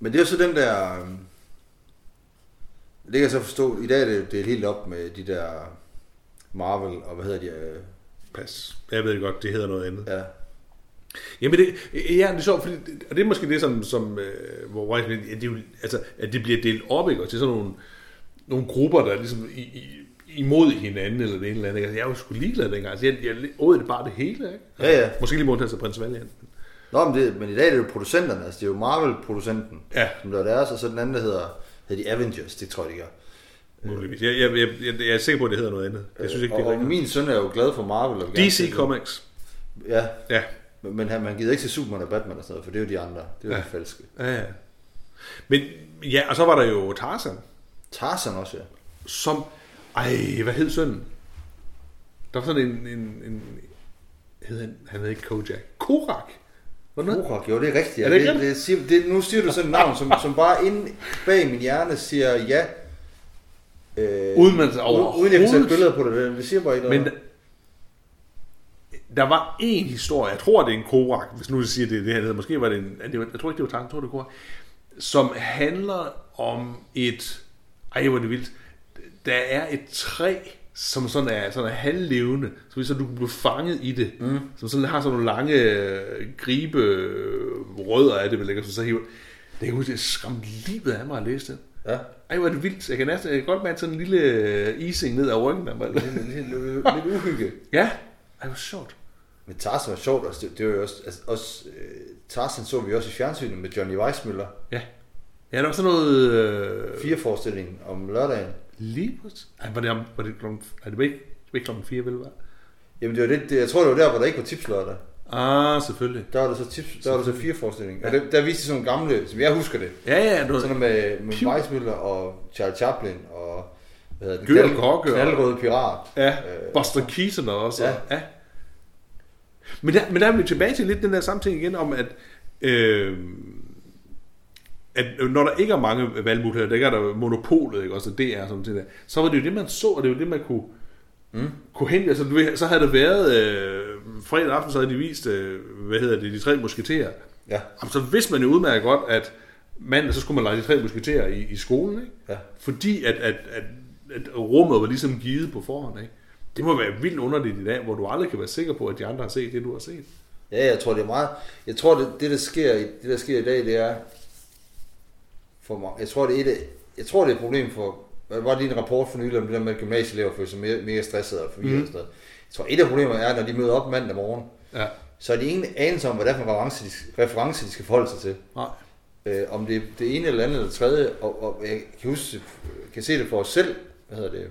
Speaker 2: Men det er jo så den der... øhm, Det kan jeg så forstå. I dag er det, det er helt op med de der Marvel, og hvad hedder de? øh,
Speaker 1: Pas. Jeg ved godt, det hedder noget andet.
Speaker 2: Ja.
Speaker 1: Jamen det, ja, det er sjovt, fordi, og det er måske det, som, som øh, hvor hvor jeg sådan lidt, at det, er jo- altså, at det bliver delt op, ikke? Og til sådan nogle, nogle grupper, der er ligesom i, i, imod hinanden, eller det ene eller andet. ikke? Altså, jeg var sgu ligeglad dengang. Altså, jeg, jeg åd det bare det hele, ikke? Altså,
Speaker 2: Ja, ja.
Speaker 1: Måske lige måtte til prins Valiant.
Speaker 2: Nå, men, det, men i dag er det jo producenterne, altså det er jo Marvel-producenten,
Speaker 1: Ja.
Speaker 2: som der er deres, og så den anden, der hedder, hedder de Avengers, det tror jeg, de gør.
Speaker 1: Muligvis. Jeg, jeg, jeg, jeg, jeg er sikker på, at det hedder noget andet. Jeg synes ikke, det
Speaker 2: og,
Speaker 1: er
Speaker 2: og
Speaker 1: rigtigt.
Speaker 2: min søn er jo glad for Marvel. Og vil gerne se
Speaker 1: DC
Speaker 2: det.
Speaker 1: Comics.
Speaker 2: Ja,
Speaker 1: Ja.
Speaker 2: men men han, man gider ikke se Superman og Batman og sådan noget, for det er jo de andre. Det er jo ja.
Speaker 1: Ja.
Speaker 2: de falske.
Speaker 1: ja, ja. Men ja, og så var der jo Tarzan,
Speaker 2: Tarzan også, ja.
Speaker 1: som... Ej, hvad hed sønnen? Der var sådan en... en, en hed han, han hed ikke Kojak. Korak! Var det noget?
Speaker 2: Korok, jo, det er rigtigt. Ja.
Speaker 1: Er det ikke
Speaker 2: det, det, siger, det, nu siger du sådan et navn, som, som bare inde bag min hjerne siger ja. Øh,
Speaker 1: Uden man
Speaker 2: uden, uden jeg kan sætte
Speaker 1: Altså, overhovedet-
Speaker 2: billeder på det, det siger bare ikke noget.
Speaker 1: Men
Speaker 2: Men,
Speaker 1: Der var en historie, jeg tror det er en korak, hvis nu jeg siger det, er det her, det hedder. måske var det en, det var, jeg tror ikke det var tanken, jeg tror det var korak, som handler om et, ej hvor er det vildt, der er et træ, som sådan er, sådan er halvlevende, så hvis du kan blive fanget i det, mm. som sådan har sådan nogle lange øh, gribe øh, rødder af det, vel ikke, som så hiver. Det kan jeg huske, det skræmte livet af mig at læse det.
Speaker 2: Ja.
Speaker 1: Ej, hvor er det vildt. Jeg kan, næsten, jeg kan godt mærke sådan en lille øh, ising ned ad ryggen. af mig.
Speaker 2: Lidt, lidt, lidt uhygge.
Speaker 1: Ja, ej, hvor sjovt.
Speaker 2: Men Tarzan var sjovt også. Det, det var jo også, altså, også øh, Tarzan så vi også i fjernsynet med Johnny Weissmuller.
Speaker 1: Ja. Ja, der var sådan noget... Øh,
Speaker 2: Fire forestillingen om lørdagen.
Speaker 1: lige præcis. Ej, var det, om, var det klokken... Nej, det var ikke, det var ikke klokken fire, vel? Var?
Speaker 2: Jamen det var det, det, jeg tror det var der, hvor der ikke var tipslørdag.
Speaker 1: Ah, selvfølgelig.
Speaker 2: Der var der så, tips, der var der så fire forestillinger. Og der, der viste de sådan nogle gamle, som jeg husker det.
Speaker 1: Ja, ja, du
Speaker 2: Sådan
Speaker 1: ved.
Speaker 2: noget med, med Weissmuller og Charles Chaplin og hvad hedder det?
Speaker 1: Gyr og
Speaker 2: Knald-
Speaker 1: Kokke og-
Speaker 2: Knaldrøde Pirat.
Speaker 1: Ja,
Speaker 2: Øh,
Speaker 1: Buster Keaton og også.
Speaker 2: ja.
Speaker 1: Ja. ja. Men, der, men der er vi tilbage til lidt den der samme ting igen om, at, øh, at når der ikke er mange valgmuligheder, der ikke er der monopolet, ikke? også DR og sådan noget, der, så var det jo det, man så, og det var det, man kunne, mm. kunne hente. Altså, du ved, så havde det været øh, fredag aften, så havde de vist, øh, hvad hedder det, de tre musketerer.
Speaker 2: Ja,
Speaker 1: Jamen, så vidste man jo udmærket godt, at mandag, så skulle man lege de tre musketerer i, i skolen, ikke?
Speaker 2: ja.
Speaker 1: Fordi at, at, at, at rummet var ligesom givet på forhånd, ikke? Det må være vildt underligt i dag, hvor du aldrig kan være sikker på, at de andre har set det, du har set.
Speaker 2: Ja, jeg tror det er meget. Jeg tror det, det der sker i, det der sker i dag, det er for mig. Jeg tror det er et, af- jeg tror det er et problem for der var lige en rapport for nylig om det der med at gymnasieelever føler sig mere, mere stressede og forvirret mm. og sådan noget. Jeg tror et af problemerne er, når de møder op mandag morgen,
Speaker 1: Ja.
Speaker 2: så er de ingen anelse om, hvad det er for en reference, de, reference, de skal forholde sig til.
Speaker 1: Nej.
Speaker 2: Øh, om det er det ene eller andet eller tredje, og, og jeg kan, huske, kan se det for os selv, hvad hedder det,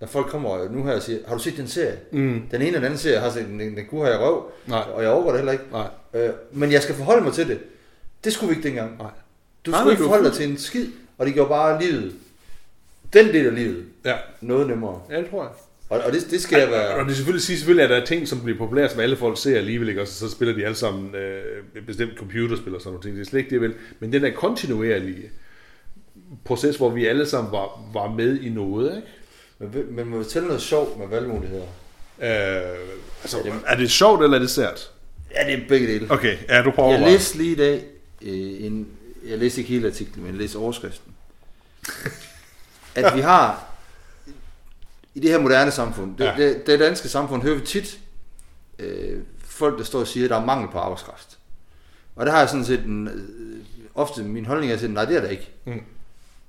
Speaker 2: når folk kommer nu her og siger, har du set den serie?
Speaker 1: Mm.
Speaker 2: Den ene eller den anden serie, jeg har set den, den kunne have i røv,
Speaker 1: Nej.
Speaker 2: og jeg overgår det heller ikke.
Speaker 1: Nej.
Speaker 2: Øh, men jeg skal forholde mig til det. Det skulle vi ikke dengang.
Speaker 1: Nej.
Speaker 2: Du
Speaker 1: Nej,
Speaker 2: skulle
Speaker 1: men
Speaker 2: ikke
Speaker 1: du-
Speaker 2: forholde dig til en skid, og det gjorde bare livet, den del af livet,
Speaker 1: Ja.
Speaker 2: noget nemmere.
Speaker 1: Ja, det tror jeg.
Speaker 2: Og, og det, det skal jeg
Speaker 1: Og
Speaker 2: være...
Speaker 1: det er selvfølgelig sige, selvfølgelig, at der er ting, som bliver populære, som alle folk ser alligevel, ikke? Og så, så spiller de alle sammen øh, et bestemt computerspil og sådan noget. Det er slet ikke det, vel. Men den der kontinuerlige proces, hvor vi alle sammen var, var med i noget, ikke?
Speaker 2: Men, vil- men må vi tælle noget sjovt med valgmuligheder?
Speaker 1: Øh, altså, er det sjovt, eller er det sært?
Speaker 2: Ja, det er begge dele.
Speaker 1: Okay, ja, du prøver
Speaker 2: Jeg
Speaker 1: bare.
Speaker 2: læste lige i dag øh, en... Jeg læste ikke hele artiklen, men jeg læste overskriften. At vi har... I det her moderne samfund, det,
Speaker 1: Ja.
Speaker 2: ja. det, det danske samfund, hører vi tit øh, folk, der står og siger, at der er mangel på arbejdskraft. Og der har jeg sådan set en, øh, ofte min holdning er til, nej, det er der ikke.
Speaker 1: Mm.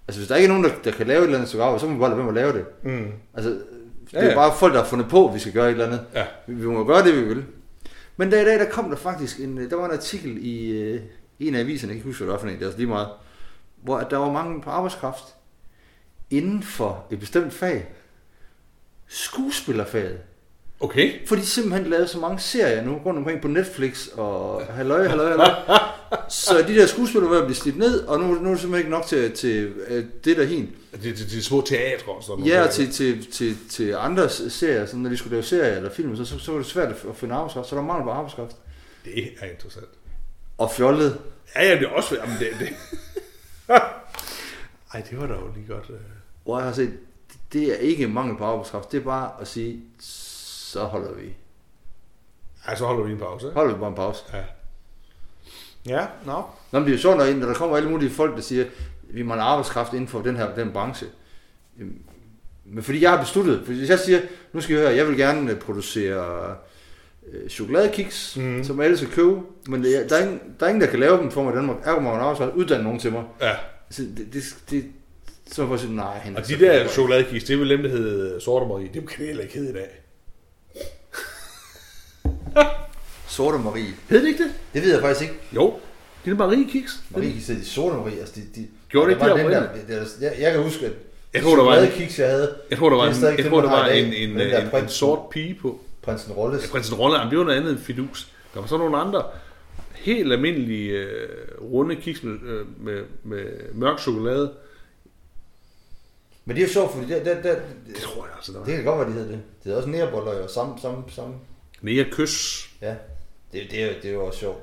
Speaker 2: Altså, hvis der ikke er nogen, der, der kan lave et eller andet stykke arbejde, så må vi bare lade være med at lave det.
Speaker 1: Mm.
Speaker 2: Altså, det
Speaker 1: Ja,
Speaker 2: er
Speaker 1: ja.
Speaker 2: jo bare folk, der har fundet på, at vi skal gøre et eller andet.
Speaker 1: Ja.
Speaker 2: Vi, vi må gøre det, vi vil. Men der i dag, der kom der faktisk en, øh, der var en artikel i øh, en af aviserne, jeg kan ikke huske, hvad det var for en, det er også lige meget, hvor at der var mangel på arbejdskraft inden for et bestemt fag. Skuespillerfaget.
Speaker 1: Okay.
Speaker 2: For de simpelthen lavede så mange serier nu rundt omkring på Netflix og halløj, halløj, halløj. Så de der skuespillere var ved at blive slidt ned, og nu, nu er det simpelthen ikke nok til, til øh, det der hin.
Speaker 1: Det, det, det er små teatre og sådan
Speaker 2: Ja,
Speaker 1: noget.
Speaker 2: og til, til, til, til andre serier, sådan, når de skulle lave serier eller film, så, så, så var det svært at finde arbejdskraft, så der mangler på arbejdskraft.
Speaker 1: Det er interessant.
Speaker 2: Og fjollet.
Speaker 1: Ja, ja, det er også... Jamen, det, det. Ej, det var da jo lige godt... øh.
Speaker 2: Hvor jeg har set, det er ikke mangel på arbejdskraft, det er bare at sige, så holder vi.
Speaker 1: Ej, så holder vi en pause. ikke?
Speaker 2: Holder vi bare en pause.
Speaker 1: Ja. Ja, nå. No.
Speaker 2: Nå, men det er jo sjovt, når, når der kommer alle mulige folk, der siger, vi mangler arbejdskraft inden for den her den branche. Øhm, Men fordi jeg har besluttet, for hvis jeg siger, nu skal I høre, jeg vil gerne øh, producere øh, chokoladekiks,
Speaker 1: Mhm.
Speaker 2: mm. som alle skal købe, men jeg- der er, ingen, der er ingen, der kan lave dem for mig i Danmark. Er man arbejdskraft, uddanne nogen til mig.
Speaker 1: Ja,
Speaker 2: Så det, det, det så må jeg bare sige, nej. Henrik,
Speaker 1: og de
Speaker 2: så-
Speaker 1: der chokoladekiks, det er vel dem, der hedder sorte Marie. Dem kan det heller ikke hedde i dag.
Speaker 2: Sorte Marie.
Speaker 1: Hed det ikke det?
Speaker 2: Det ved jeg faktisk ikke.
Speaker 1: Jo. Det er Marie Kiks.
Speaker 2: Marie kan sidde i Sorte Marie. Altså, de, de,
Speaker 1: Gjorde det
Speaker 2: der
Speaker 1: ikke
Speaker 2: var
Speaker 1: det
Speaker 2: den der, der, jeg, jeg kan huske, at
Speaker 1: Jeg tror, der var en-
Speaker 2: kiks, jeg havde.
Speaker 1: Jeg tror, der var,
Speaker 2: det er stadig
Speaker 1: en, jeg
Speaker 2: det,
Speaker 1: tror,
Speaker 2: man
Speaker 1: der var
Speaker 2: har i
Speaker 1: en,
Speaker 2: dag.
Speaker 1: en,
Speaker 2: Den
Speaker 1: øh,
Speaker 2: der
Speaker 1: en, en
Speaker 2: prinsen-
Speaker 1: sort pige på.
Speaker 2: Prinsen Rolles.
Speaker 1: Ja, Prinsen Rolle, jamen, det var noget andet end Fidus. Der var så nogle andre helt almindelige øh, runde kiks med, øh, med, med mørk chokolade.
Speaker 2: Men det er jo sjovt, fordi der, der, der,
Speaker 1: Det tror jeg altså, der var.
Speaker 2: det kan godt være, de hedder det. Det hedder også nærboller og samme, samme, samme.
Speaker 1: Nea Kys.
Speaker 2: Ja, det, det, er, jo- det er jo også sjovt.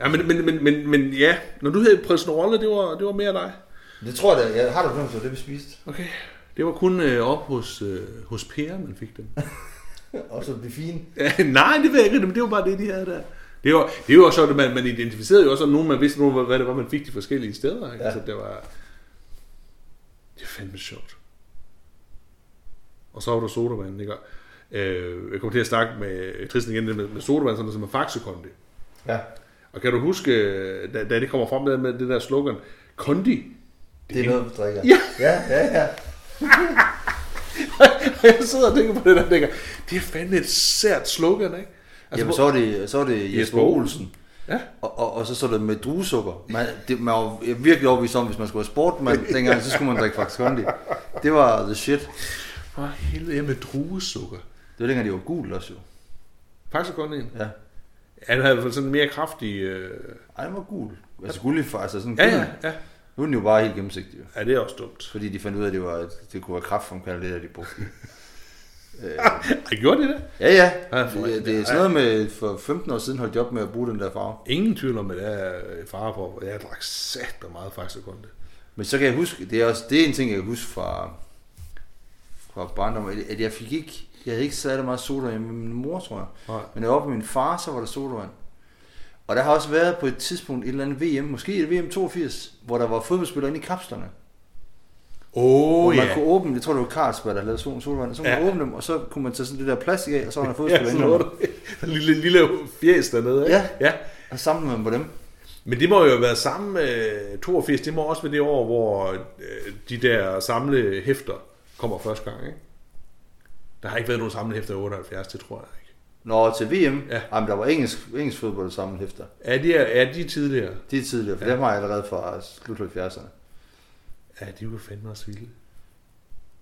Speaker 1: Ja, men, men, men, men, men ja, når du hed Prinsen Rolle, det var, det var mere dig.
Speaker 2: Det tror jeg da, jeg har da fornemmelse, af, det vi spiste.
Speaker 1: Okay. Det var kun øh, op hos, øh, hos Per, man fik dem.
Speaker 2: Og så det fine.
Speaker 1: Ja, Nej, det ved jeg ikke, men det var bare det, de havde der. Det var, det var også sådan, at man, man identificerede jo også nogen, man vidste, nogen, hvad det var, man fik de forskellige steder. Ikke? Ja.
Speaker 2: Ja.
Speaker 1: Altså, det var... Det er fandme sjovt. Og så var der sodavand, ikke? Og, Øh, jeg kom til at snakke med øh, Tristan igen det med, med sodavand, sådan noget som en faxekondi.
Speaker 2: Ja.
Speaker 1: Og kan du huske, øh, da, da det kommer frem der med det der slogan, kondi?
Speaker 2: Det er noget, vi drikker.
Speaker 1: Ja.
Speaker 2: Ja, ja, ja.
Speaker 1: og jeg sidder og tænker på det der, og tænker, det er fandme et sært slogan, ikke? Altså,
Speaker 2: Jamen, så var det, så var det Jesper Olsen.
Speaker 1: Ja.
Speaker 2: Og, og, og så så det med druesukker. Man, det, man var virkelig overbevist om, hvis man skulle have sport, men dengang, så skulle man drikke faktisk kondi. Det var the shit.
Speaker 1: For helvede, ja, med druesukker.
Speaker 2: Det var dengang, det var gul også jo.
Speaker 1: Faxekondien?
Speaker 2: Ja.
Speaker 1: Ja, den havde i hvert fald sådan en mere kraftig... Øh...
Speaker 2: Ej, den var gul. Altså gul i far, altså sådan
Speaker 1: Ja,
Speaker 2: gul.
Speaker 1: ja, ja.
Speaker 2: Nu er den jo bare helt gennemsigtig. Jo.
Speaker 1: Ja, det er også dumt.
Speaker 2: Fordi de fandt ud af, at det, var, det kunne være kraftfremkaldende, det der, de brugte.
Speaker 1: Har I gjort det der?
Speaker 2: Ja, ja.
Speaker 1: Ja, for-
Speaker 2: Det, det er sådan noget med, for 15 år siden holdt jeg op med at bruge den der farve.
Speaker 1: Ingen tvivl om, at jeg er far for. Jeg drak sat og meget faxekondi.
Speaker 2: Men så kan jeg huske, det er også det er en ting, jeg kan huske fra, fra barndommen, at- at jeg fik ikke, jeg havde ikke særlig meget sodavand med min mor, tror jeg.
Speaker 1: Nej.
Speaker 2: Men når jeg var med min far, så var der sodavand. Og der har også været på et tidspunkt et eller andet VM, måske et VM 82, hvor der var fodboldspillere inde i kapslerne.
Speaker 1: Åh
Speaker 2: hvor
Speaker 1: oh,
Speaker 2: man
Speaker 1: ja.
Speaker 2: kunne åbne, jeg tror det var Carlsberg, der lavede sol- sodavand, og så kunne
Speaker 1: Ja.
Speaker 2: man åbne dem, og så kunne man tage sådan det der plastik af, og så var der en
Speaker 1: Ja,
Speaker 2: fodboldspiller
Speaker 1: sådan
Speaker 2: ja,
Speaker 1: noget.
Speaker 2: inde
Speaker 1: En lille, lille fjes dernede, ikke?
Speaker 2: Ja.
Speaker 1: ja.
Speaker 2: og samlede man på dem.
Speaker 1: Men det må jo være samme øh, 82. Det må også være det år, hvor øh, de der samle hæfter kommer første gang, ikke? Der har ikke været nogen samle hæfter i 78, det tror jeg ikke.
Speaker 2: Nå, til VM,
Speaker 1: Ja.
Speaker 2: ja. ej, men der var engelsk, engelsk fodbold der samlede hæfter.
Speaker 1: Er de, er de tidligere?
Speaker 2: Det er tidligere, for ja. dem har jeg allerede fra slut 70'erne.
Speaker 1: Ja, de var fandme også vilde.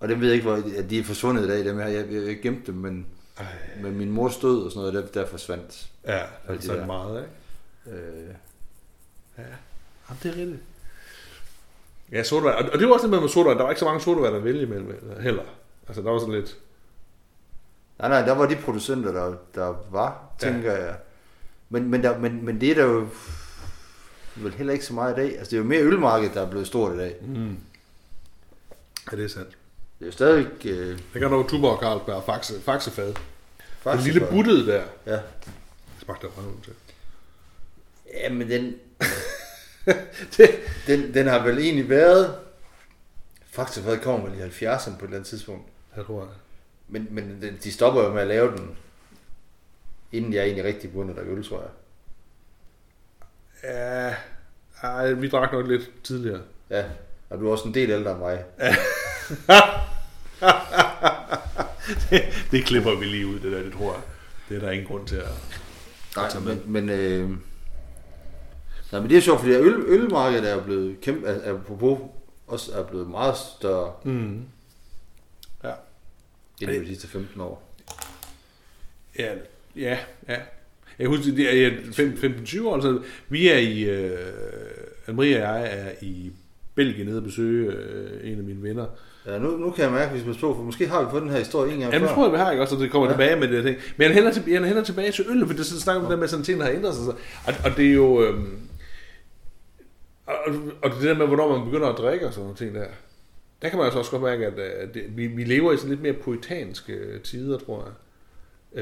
Speaker 2: Og dem ved jeg ikke, hvor at de er forsvundet i dag. Dem her. Jeg, jeg, jeg gemte dem, men,
Speaker 1: Ej,
Speaker 2: men min mor stod og sådan noget, der, der forsvandt.
Speaker 1: ja,
Speaker 2: de
Speaker 1: altså
Speaker 2: der.
Speaker 1: meget, ikke?
Speaker 2: Øh,
Speaker 1: Jamen, det er rigtigt. Ja, sodavand. Og- Og det var også det med, med sodavand. Der var ikke så mange sodavand at vælge imellem heller. Altså, der var sådan lidt...
Speaker 2: nej, nej, der var de producenter, der, der var,
Speaker 1: Ja.
Speaker 2: tænker ja. jeg. Men, men, der, men, men det er der jo vel heller ikke så meget i dag. Altså, det er jo mere ølmarkedet, der er blevet stort i dag.
Speaker 1: Mm. Ja, det er sandt.
Speaker 2: Det er jo stadigvæk... Øh,
Speaker 1: Det kan nok Tuborg og Carlsberg og faxe, faxefad. Den
Speaker 2: faktisk
Speaker 1: lille
Speaker 2: for-
Speaker 1: buttede der.
Speaker 2: Ja.
Speaker 1: Det smagte der røven til.
Speaker 2: ja, men den, den, den har vel egentlig været... Faktisk hvad kommer vel i 70'erne på et eller andet tidspunkt.
Speaker 1: Jeg tror, jeg.
Speaker 2: Men, men den- de stopper jo med at lave den, inden jeg egentlig rigtig begyndte at drikke øl, tror jeg.
Speaker 1: Ja, ej, vi drak nok lidt tidligere.
Speaker 2: Ja, og du er også en del ældre end mig.
Speaker 1: det klipper vi lige ud, det der, det tror jeg. Det er der ingen grund til at...
Speaker 2: Nej,
Speaker 1: tager med.
Speaker 2: men, men, øh... Nej, men det er sjovt, fordi øl, ølmarkedet er jo blevet kæmpe, er, er, apropos, også er blevet meget større
Speaker 1: Mm.
Speaker 2: end de sidste 15 år.
Speaker 1: Ja, ja, ja. Jeg husker, det er 15-20 år, altså, vi er i, øh, Maria og jeg er i Belgien nede og besøge øh, en af mine venner.
Speaker 2: Ja, nu, nu kan jeg mærke, hvis man står, for måske har vi fået den her historie en gang
Speaker 1: Ja, nu
Speaker 2: før.
Speaker 1: tror jeg, vi har ikke også, at det kommer ja.
Speaker 2: Ja.
Speaker 1: tilbage med det her ting. Men jeg hælder, til, jeg hælder tilbage til øl, for det er sådan snakker om det der med sådan ting, der har ændret sig. Og, og det er jo... Øhm, og, og- og, det der med, hvornår man begynder at drikke og sådan nogle ting der. Der kan man altså også godt mærke, at, øh, det, vi, vi lever i sådan lidt mere poetanske øh, tider, tror jeg.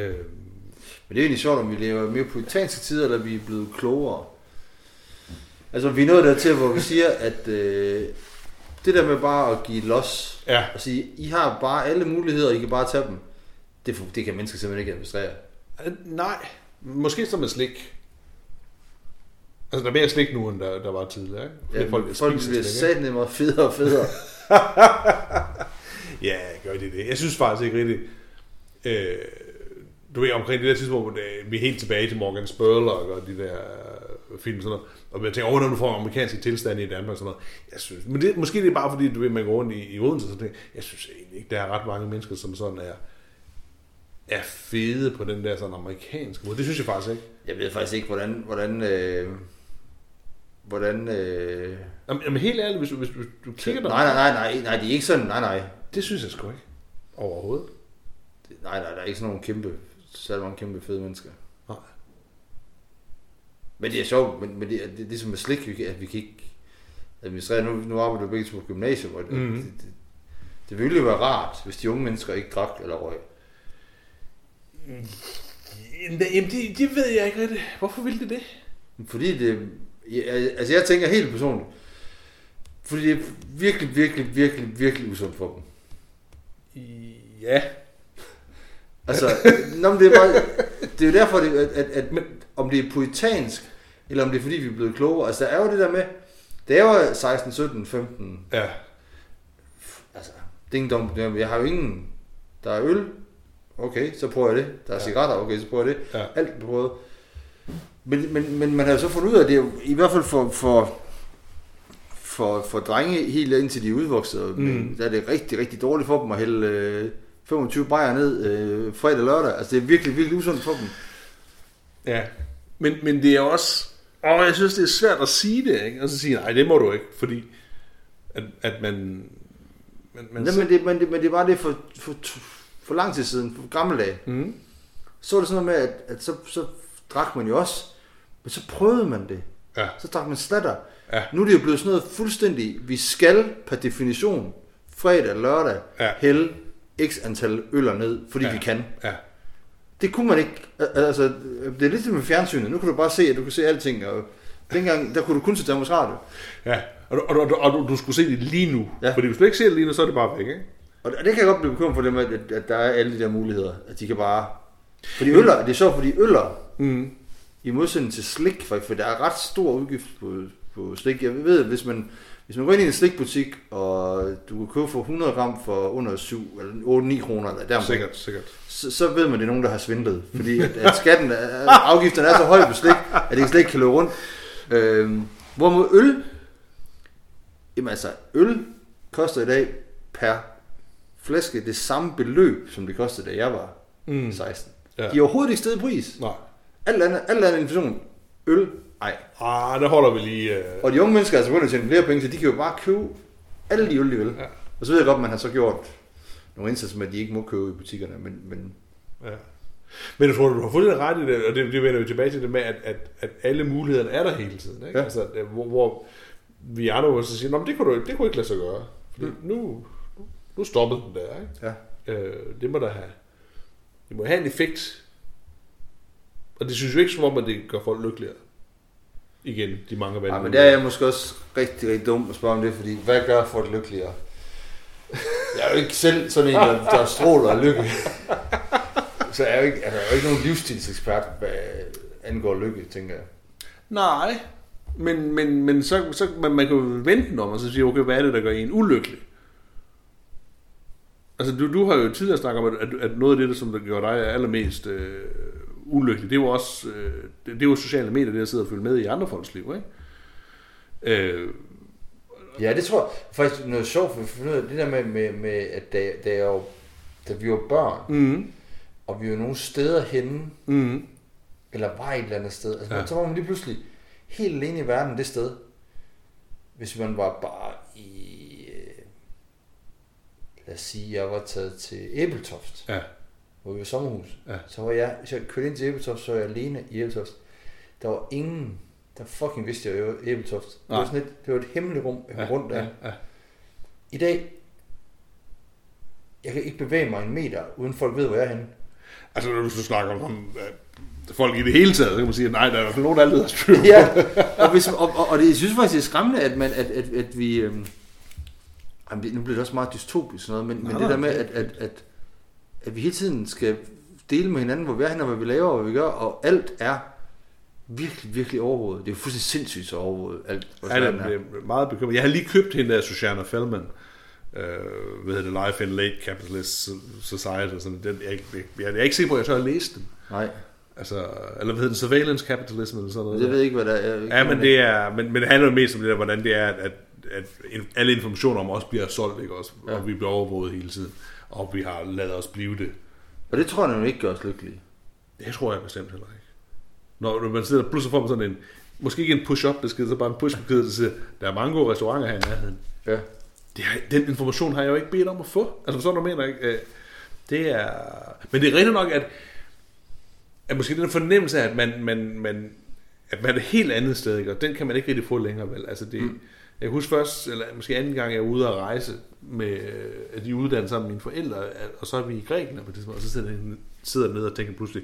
Speaker 1: Øhm,
Speaker 2: Men det er egentlig sjovt, om vi lever i mere puritanske tider, eller vi er blevet klogere. Altså, vi er nået dertil, hvor vi siger, at øh, det der med bare at give los,
Speaker 1: ja,
Speaker 2: og sige, I har bare alle muligheder, I kan bare tage dem, det, er for- det kan mennesker simpelthen ikke administrere.
Speaker 1: Øh, Nej, måske som med slik. Altså, der er mere slik nu, end der, der var tidligere, ikke?
Speaker 2: Ja,
Speaker 1: Flere
Speaker 2: folk, folk
Speaker 1: spiser
Speaker 2: bliver
Speaker 1: slik, ikke?
Speaker 2: sat meget federe og federe.
Speaker 1: Ja, gør de det. Jeg synes faktisk ikke rigtigt... Øh, du ved, omkring det der tidspunkt, hvor det- vi er helt tilbage til Morgan Spurlock og de der øh, film sådan noget. Og man tænker, åh, når du får amerikanske tilstande i Danmark og sådan noget. Jeg synes, men det, måske det er bare fordi, du ved, man går rundt i, i Odense og sådan noget. Jeg synes egentlig ikke, der er ret mange mennesker, som sådan er, er fede på den der sådan amerikanske måde. Det synes jeg faktisk ikke.
Speaker 2: Jeg ved faktisk ikke, hvordan... hvordan øh, hvordan øh,
Speaker 1: Jamen, jamen helt ærligt, hvis, hvis, hvis du kigger dig...
Speaker 2: nej, nej, nej, nej, nej, det er ikke sådan, nej, nej.
Speaker 1: Det synes jeg sgu ikke. Overhovedet.
Speaker 2: Det- Nej, nej, der er ikke sådan nogle kæmpe, særlig mange kæmpe fede mennesker.
Speaker 1: Nej.
Speaker 2: Men det er sjovt, men, men det, er, det er ligesom med slik, vi kan, at vi kan ikke administrere. Nu, nu arbejder vi begge to på gymnasium, og
Speaker 1: Mhm.
Speaker 2: mm. det, det, det ville jo være rart, hvis de unge mennesker ikke drak eller røg.
Speaker 1: Jamen, det, det ved jeg ikke rigtigt. Hvorfor ville det det?
Speaker 2: Fordi det... Ja, altså, jeg tænker helt personligt. Fordi det er virkelig, virkelig, virkelig, virkelig usundt for dem.
Speaker 1: Ja.
Speaker 2: Altså, nå, men det, er bare, det er jo derfor, det, at, at, at om det er poetansk, eller om det er fordi, vi er blevet klogere. Altså, der er jo det der med, da jeg var 16, 17, 15,
Speaker 1: Ja.
Speaker 2: altså, ding dong, jamen, jeg har jo ingen, der er øl, okay, så prøver jeg det. Der er
Speaker 1: Ja.
Speaker 2: cigaretter, okay, så prøver jeg det.
Speaker 1: Ja.
Speaker 2: Alt på prøvet. Men, men, men man har jo så fundet ud af, at det er jo, i hvert fald for, for, for, for drenge helt indtil de er udvokset,
Speaker 1: Mm.
Speaker 2: mm. der er det rigtig, rigtig dårligt for dem at hælde øh, 25 bajer ned øh, fredag og lørdag. Altså det er virkelig, virkelig usundt for dem.
Speaker 1: Ja. Men, men det er også... Og jeg synes, det er svært at sige det, ikke? Og så sige, nej, det må du ikke, fordi at, at man... man, man
Speaker 2: Men, Nej, men, det, men, det, men det var det for, for, for lang tid siden, for gamle dage.
Speaker 1: Mm.
Speaker 2: Så var det sådan noget med, at, at så, så drak man jo også, men så prøvede man det.
Speaker 1: Ja.
Speaker 2: Så drak man slatter.
Speaker 1: Ja.
Speaker 2: Nu er det jo blevet sådan noget fuldstændig, vi skal per definition fredag, lørdag,
Speaker 1: Ja.
Speaker 2: hælde x antal øller ned, fordi
Speaker 1: Ja.
Speaker 2: vi kan.
Speaker 1: Ja.
Speaker 2: Det kunne man ikke. Al- Altså, det er lidt som med fjernsynet. Nu kan du bare se, at du kan se alting. Og dengang, der kunne du kun se Danmarks Radio.
Speaker 1: Ja. Og, du- og, du- og, du- og du, du skulle se det lige nu.
Speaker 2: Ja.
Speaker 1: Fordi hvis du ikke ser det lige nu, så er det bare væk, ikke?
Speaker 2: Og det og det kan jeg godt blive bekymret for, det med, at, at der er alle de der muligheder. At de kan bare... Fordi øller, det er så, fordi øller,
Speaker 1: Mm.
Speaker 2: i modsætning til slik, for, for der er ret stor udgift på, på slik. Jeg ved, at hvis man, hvis man går ind i en slikbutik, og du kan købe for 100 gram for under 7, eller 8-9 kroner, eller der, omkring,
Speaker 1: Sikkert, sikkert.
Speaker 2: så, så, ved man, at det er nogen, der har svindlet. Fordi at, at skatten, er- afgiften er så høj på slik, at det slet ikke kan løbe rundt. Øhm, hvorimod øl, jamen altså, øl koster i dag per flaske det samme beløb, som det kostede, da jeg var
Speaker 1: Mm.
Speaker 2: 16.
Speaker 1: Ja.
Speaker 2: De er overhovedet ikke steget i pris.
Speaker 1: Nej.
Speaker 2: Alt andet, alt andet inflation. Øl, ej.
Speaker 1: Ah, der holder vi lige... Øh...
Speaker 2: Og de unge mennesker er altså begyndt at tjene flere penge, så de kan jo bare købe alle de øl, de vil.
Speaker 1: Ja.
Speaker 2: Ja. Og så ved jeg godt, man har så gjort nogle indsatser med, at de ikke må købe i butikkerne, men, men
Speaker 1: Ja. Men jeg tror, du har fuldstændig ret i det, og det, det vender vi tilbage til det med, at, at, at alle mulighederne er der hele tiden. Ikke? Ja.
Speaker 2: Ja.
Speaker 1: Altså, at, hvor, hvor vi andre jo så siger, at det kunne, du, det kunne ikke lade sig gøre. Fordi mm. nu, nu- nu stoppede den der. Ikke?
Speaker 2: ja.
Speaker 1: Øh, det må da have, det må have en effekt. Og det synes jo ikke som om, at det gør folk lykkeligere. Igen, de mange
Speaker 2: Ej,
Speaker 1: valgmuligheder.
Speaker 2: men der er jeg måske også rigtig, rigtig dum at spørge om det, fordi hvad gør folk lykkeligere? Jeg er jo ikke selv sådan en, der, der stråler af lykke. Så er jeg, jo ikke, altså, jeg er jo ikke nogen livsstilsekspert, hvad angår lykke, tænker jeg.
Speaker 1: Nej, men, men, men så, så man, man kan jo vente den om, og så sige, okay, hvad er det, der gør en ulykkelig? Altså, du, du har jo tidligere snakket om, at, at noget af det, der, som der gør dig allermest øh, ulykkelig, det er jo også, øh, det, det er jo sociale medier, det at sidde og følge med i andre folks liv, ikke? Øh,
Speaker 2: Ja, det tror jeg faktisk noget sjovt, vi finder ud af det der med, med, med at da, da, jeg jo, da vi var børn,
Speaker 1: mm,
Speaker 2: og vi var nogle steder henne,
Speaker 1: mm,
Speaker 2: eller var et eller andet sted, altså
Speaker 1: Ja.
Speaker 2: ja. så var man lige pludselig helt alene i verden det sted, hvis man var bare i, øh, lad os sige, jeg var taget til Æbeltoft,
Speaker 1: ja,
Speaker 2: hvor vi var i sommerhus,
Speaker 1: Ja.
Speaker 2: så var jeg, hvis jeg kørte ind til Æbeltoft, så var jeg alene i Æbeltoft. Der var ingen, der fucking vidste, at jeg var i Æbeltoft. Det
Speaker 1: Nej.
Speaker 2: var, sådan et, det var et hemmeligt rum, jeg
Speaker 1: ja,
Speaker 2: ja. rundt der.
Speaker 1: ja, ja,
Speaker 2: I dag, jeg kan ikke bevæge mig en meter, uden folk ved, hvor jeg er henne.
Speaker 1: Altså, hvis du snakker om, om øh, folk i det hele taget, så kan man sige, at nej, der er i hvert fald nogen, der altid har styr på det.
Speaker 2: Ja, og, hvis, og, og, og det, jeg synes faktisk, det er skræmmende, at, man, at, at, at vi... Øhm, jamen, det, nu bliver det også meget dystopisk sådan noget, men,
Speaker 1: Nej,
Speaker 2: men det der
Speaker 1: nej,
Speaker 2: med,
Speaker 1: det
Speaker 2: at, at, at, at vi hele tiden skal dele med hinanden, hvor vi er henne, og hvad vi laver, og hvad vi gør, og alt er virkelig, virkelig overvåget. Det er jo fuldstændig sindssygt så overvåget, alt, vores
Speaker 1: Ja,
Speaker 2: verden
Speaker 1: det er meget bekymret. Jeg har lige købt hende der, Susanna Feldman. Øh, hvad hedder det? Life in Late Capitalist Society. og Sådan. Den, jeg, jeg, jeg, jeg er ikke sikker på, at jeg tør at læse den.
Speaker 2: Nej,
Speaker 1: Altså, eller hvad hedder den? Surveillance Capitalism eller sådan noget.
Speaker 2: jeg ved ikke, hvad der er.
Speaker 1: Ja, men det, er, men, men det handler jo mest om det der, hvordan det er, at, at, at in- alle informationer om os bliver solgt, ikke? Også, ja.
Speaker 2: Ja.
Speaker 1: og vi bliver overvåget hele tiden, og vi har lavet os blive det.
Speaker 2: Og det tror jeg nemlig ikke gør os lykkelige.
Speaker 1: Det tror jeg bestemt heller ikke. Når når man sidder der, pludselig får man sådan en, måske ikke en push-up-besked, så bare en push-besked, der siger, der er mange gode restauranter her i nærheden.
Speaker 2: Ja.
Speaker 1: Det har, den information har jeg jo ikke bedt om at få. Altså forstår du, hvad jeg mener? Ikke? Øh, Det er... Men det er rigtigt nok, at, at måske den fornemmelse af, at man, man, man, at man er et helt andet sted, ikke? og den kan man ikke rigtig få længere, vel? Altså det, mm. Jeg husker først, eller måske anden gang, jeg var ude at rejse med, øh, at de uddannede sammen med mine forældre, at- og så er vi i Grækenland på det tidspunkt, og så sidder jeg nede- sidder jeg nede og tænker pludselig,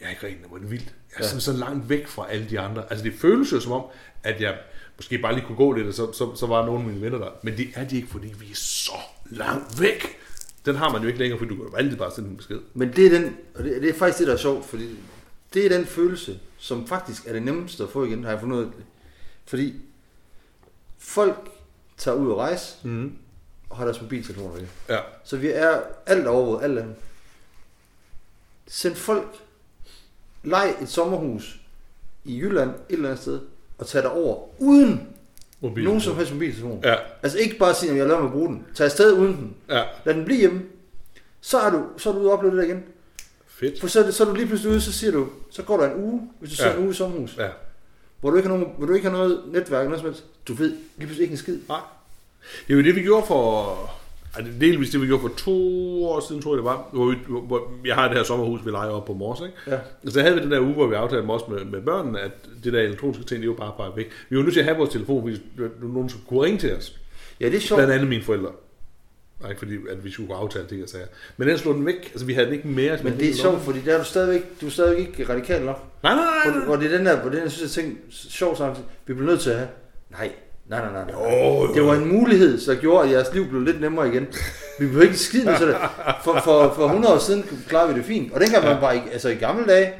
Speaker 1: jeg er i Grækenland, hvor er det vildt. Jeg er ja. så langt væk fra alle de andre. Altså det føles jo som om, at jeg måske bare lige kunne gå lidt, og så, så, så var nogle af mine venner der. Men det er de ikke, fordi vi er så langt væk. Den har man jo ikke længere, fordi du kan jo altid bare sende en besked.
Speaker 2: Men det er, den, og det, det er faktisk det, der er sjovt, fordi det er den følelse, som faktisk er det nemmeste at få igen, har jeg fundet ud af. Fordi folk tager ud og rejse,
Speaker 1: Mm.
Speaker 2: og har deres mobiltelefoner ved.
Speaker 1: Ja.
Speaker 2: Så vi er alt overvåget, alt andet. Send folk, leg et sommerhus i Jylland, et eller andet sted, og tag dig over, uden
Speaker 1: Mobil.
Speaker 2: nogen som helst mobiltelefon.
Speaker 1: Ja,
Speaker 2: Altså ikke bare sige, at jeg lader mig bruge den. Tag afsted uden den.
Speaker 1: ja.
Speaker 2: Lad den blive hjemme. Så er du, så er du ude og opleve det der igen.
Speaker 1: Fedt.
Speaker 2: For så, er det- så er du lige pludselig ude, så siger du, så går der en uge, hvis du
Speaker 1: Ja.
Speaker 2: ja. ser en uge i sommerhus, ja.
Speaker 1: Ja.
Speaker 2: hvor, du ikke har nogen, hvor du ikke har noget netværk, noget som helst. Du ved lige pludselig ikke en skid.
Speaker 1: Nej. Det er jo det, vi gjorde for... Ej, det er delvis det, vi gjorde for to år siden, tror jeg det var. Hvor, vi, hvor- hvor jeg har det her sommerhus, vi leger op på Mors, ikke?
Speaker 2: Ja.
Speaker 1: Og så havde vi den der uge, hvor vi aftalte med os med, med børnene, at det der elektroniske ting, det er jo bare bare væk. Vi var nødt til at have vores telefon, hvis nogen skulle kunne ringe til os.
Speaker 2: Ja, det er sjovt.
Speaker 1: Blandt andet mine forældre. Nej, ikke fordi at vi skulle kunne aftale det, jeg sagde. Men ellers slog den væk. Altså, vi havde den ikke mere.
Speaker 2: Men det er sjovt, fordi der er du stadigvæk, du er stadigvæk ikke radikal nok.
Speaker 1: Nej, nej, nej.
Speaker 2: Og, og det er den der, hvor den, jeg synes, jeg tænkte, sjov samtidig, vi bliver nødt til at have. Nej, nej, nej, nej. nej.
Speaker 1: Jo, jo.
Speaker 2: Det var en mulighed, så gjorde, at jeres liv blev lidt nemmere igen. Vi blev ikke skide med sådan for, for, for 100 år siden klarede vi det fint. Og dengang man var i, altså i gamle dage,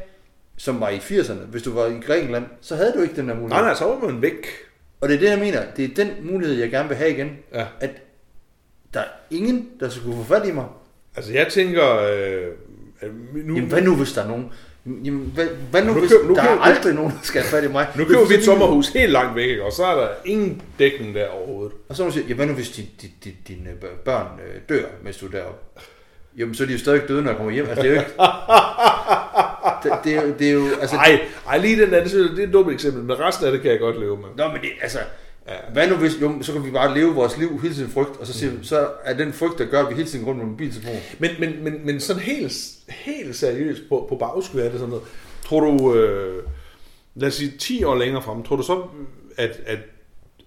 Speaker 2: som var i 80'erne, hvis du var i Grækenland, så havde du ikke den der
Speaker 1: Nej,
Speaker 2: mulighed.
Speaker 1: nej, så var man væk.
Speaker 2: Og det er det, jeg mener. Det er den mulighed, jeg gerne vil have igen.
Speaker 1: Ja.
Speaker 2: At der er ingen, der skal kunne få fat i mig.
Speaker 1: Altså, jeg tænker... Øh, at nu,
Speaker 2: Jamen, hvad nu, hvis der er nogen? Jamen, hvad, hvad nu,
Speaker 1: Nu
Speaker 2: nu hvis
Speaker 1: køb- nu
Speaker 2: der er
Speaker 1: køb-
Speaker 2: aldrig nogen, der skal have fat i mig?
Speaker 1: nu køber vi et
Speaker 2: Fordi-
Speaker 1: sommerhus helt langt væk, ikke? og så er der ingen dækning der overhovedet.
Speaker 2: Og så må du sige, ja, hvad nu, hvis dine din, din, dine bør- børn øh, dør, mens du er deroppe? Jamen, så er de jo stadig døde, når jeg kommer hjem. Altså, det er jo ikke... det, det, er, jo- det er jo... Altså,
Speaker 1: Nej, ej, lige den der, det, synes jeg, det er et dumt eksempel, men resten af det kan jeg godt leve med.
Speaker 2: Nå, men det, altså... Hvad nu hvis, jo, så kan vi bare leve vores liv hele tiden i frygt, og så, siger, mm. så er den frygt, der gør, at vi hele tiden går rundt med mobiltelefonen.
Speaker 1: Men, men, men, men sådan helt, helt seriøst på, på bagskud af det sådan noget. Tror du, øh, lad os sige 10 år længere frem, tror du så, at, at,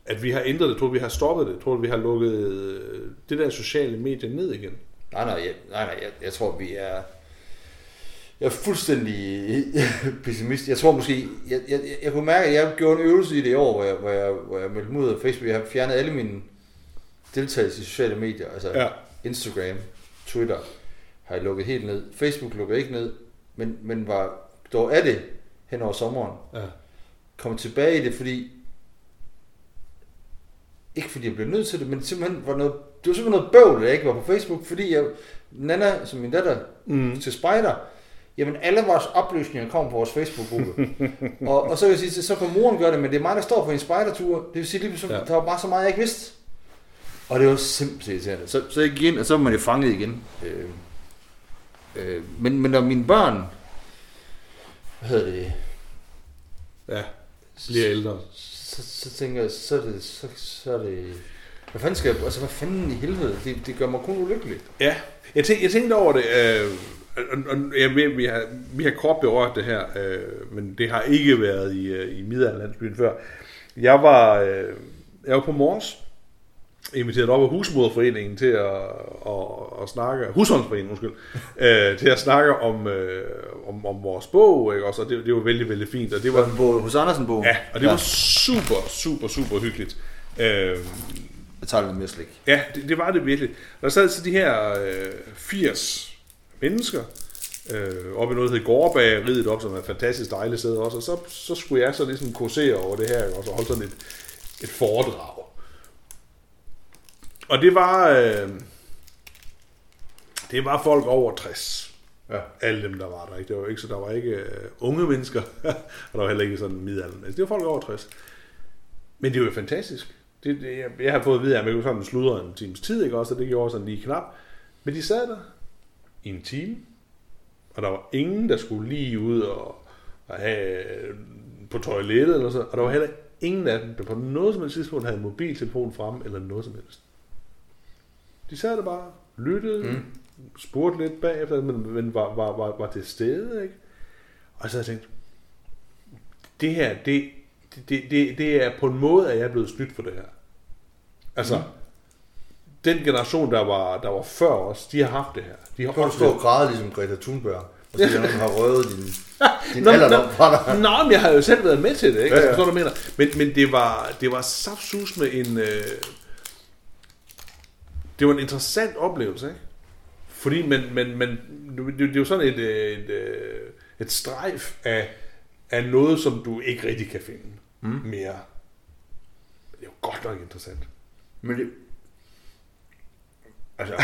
Speaker 1: at vi har ændret det? Tror du, vi har stoppet det? Tror du, vi har lukket øh, det der sociale medie ned igen?
Speaker 2: Nej, nej, jeg, nej, nej jeg, jeg tror, vi er... Jeg er fuldstændig pessimist. Jeg tror måske... Jeg, jeg, jeg, jeg kunne mærke, at jeg gjorde en øvelse i det år, hvor jeg, hvor jeg, hvor jeg meldte mig ud af Facebook. Jeg har fjernet alle mine deltagelse i sociale medier. Altså
Speaker 1: Ja.
Speaker 2: ja. Instagram, Twitter har jeg lukket helt ned. Facebook lukker jeg ikke ned, men, men var dog af det hen over sommeren.
Speaker 1: Ja.
Speaker 2: Kom tilbage i det, fordi... Ikke fordi jeg blev nødt til det, men simpelthen var noget, det var simpelthen noget bøvl, at jeg ikke var på Facebook, fordi jeg, Nana, som min datter,
Speaker 1: Mm.
Speaker 2: til spejder, jamen alle vores oplysninger kom på vores Facebook-gruppe. og, og så vil jeg sige, så kan moren gøre det, men det er mig, der står på en spejdertur. Det vil sige, lige pludselig,
Speaker 1: Ja.
Speaker 2: ja. der var bare så meget, jeg ikke vidste. Og det var simpelthen irriterende. Så, så jeg gik ind, og så var man jo fanget igen. Øh, øh, men, men når mine børn, hvad hedder det,
Speaker 1: Ja, bliver ældre.
Speaker 2: så, så tænker jeg, så er det, så, så er det, hvad fanden skal jeg, altså hvad fanden i helvede, det, det gør mig kun ulykkelig.
Speaker 1: Ja, jeg, tænk, jeg tænkte over det, øh, og, og jeg ved, vi har, vi har kort berørt det her, øh, men det har ikke været i, øh, i middelalderlandsbyen før. Jeg var, øh, jeg var på Mors, inviteret op af Husmoderforeningen til at, at, at snakke, Husholdsforeningen, undskyld, øh, til at snakke om, øh, om, om vores bog, ikke? Også, og det, det var vældig, vældig fint, og det var
Speaker 2: den på, hos Andersen bogen?
Speaker 1: Ja, og det var super, super, super hyggeligt. Øh,
Speaker 2: Jeg tager lidt mere slik.
Speaker 1: Ja, det, det var det virkelig. Og der sad så de her øh, 80 mennesker øh, oppe i noget, der hed Gårdbageriet op, som er et fantastisk dejligt sted også. Og så, så skulle jeg så ligesom kursere over det her, ikke også, og holde sådan et, et foredrag. Og det var, øh, det var folk over 60.
Speaker 2: Ja.
Speaker 1: Alle dem, der var der. Ikke? Det var jo ikke, så der var ikke øh, unge mennesker, og der var heller ikke sådan midalderen. Altså, det var folk over 60. Men det var jo fantastisk. Det, det, jeg, jeg, har fået at vide, at man jo sådan sludrer en times tid, ikke også? Og det gjorde sådan lige knap. Men de sad der i en time, og der var ingen, der skulle lige ud og, og have, øh, på toilettet eller så. Og der var heller ingen af dem, der på noget som helst tidspunkt havde en mobiltelefon frem eller noget som helst. De sad der bare, lyttede, mm.
Speaker 2: Mm.
Speaker 1: spurgte lidt bagefter, men, men var, var, var, var til stede, ikke? Og så har jeg tænkt, det her, det det, det, det er på en måde, at jeg er blevet snydt for det her. Altså, mm. den generation, der var, der var før os, de har haft det her. De har
Speaker 2: Du kan stå og græde ligesom Greta Thunberg, og så er nogen, har røvet din, din alderdom fra dig.
Speaker 1: Nå, men jeg har jo selv været med til det, ikke?
Speaker 2: Ja,
Speaker 1: Ja, ja.
Speaker 2: ja.
Speaker 1: Jeg forstår, hvad du mener. Men, men det var, det var saftsus med en... Øh, det var en interessant oplevelse, ikke? Fordi man, man, man, det, det er jo sådan et, øh, et, øh, et strejf af, af noget, som du ikke rigtig kan finde mm. mere. Det er jo godt nok interessant.
Speaker 2: Men det... Altså,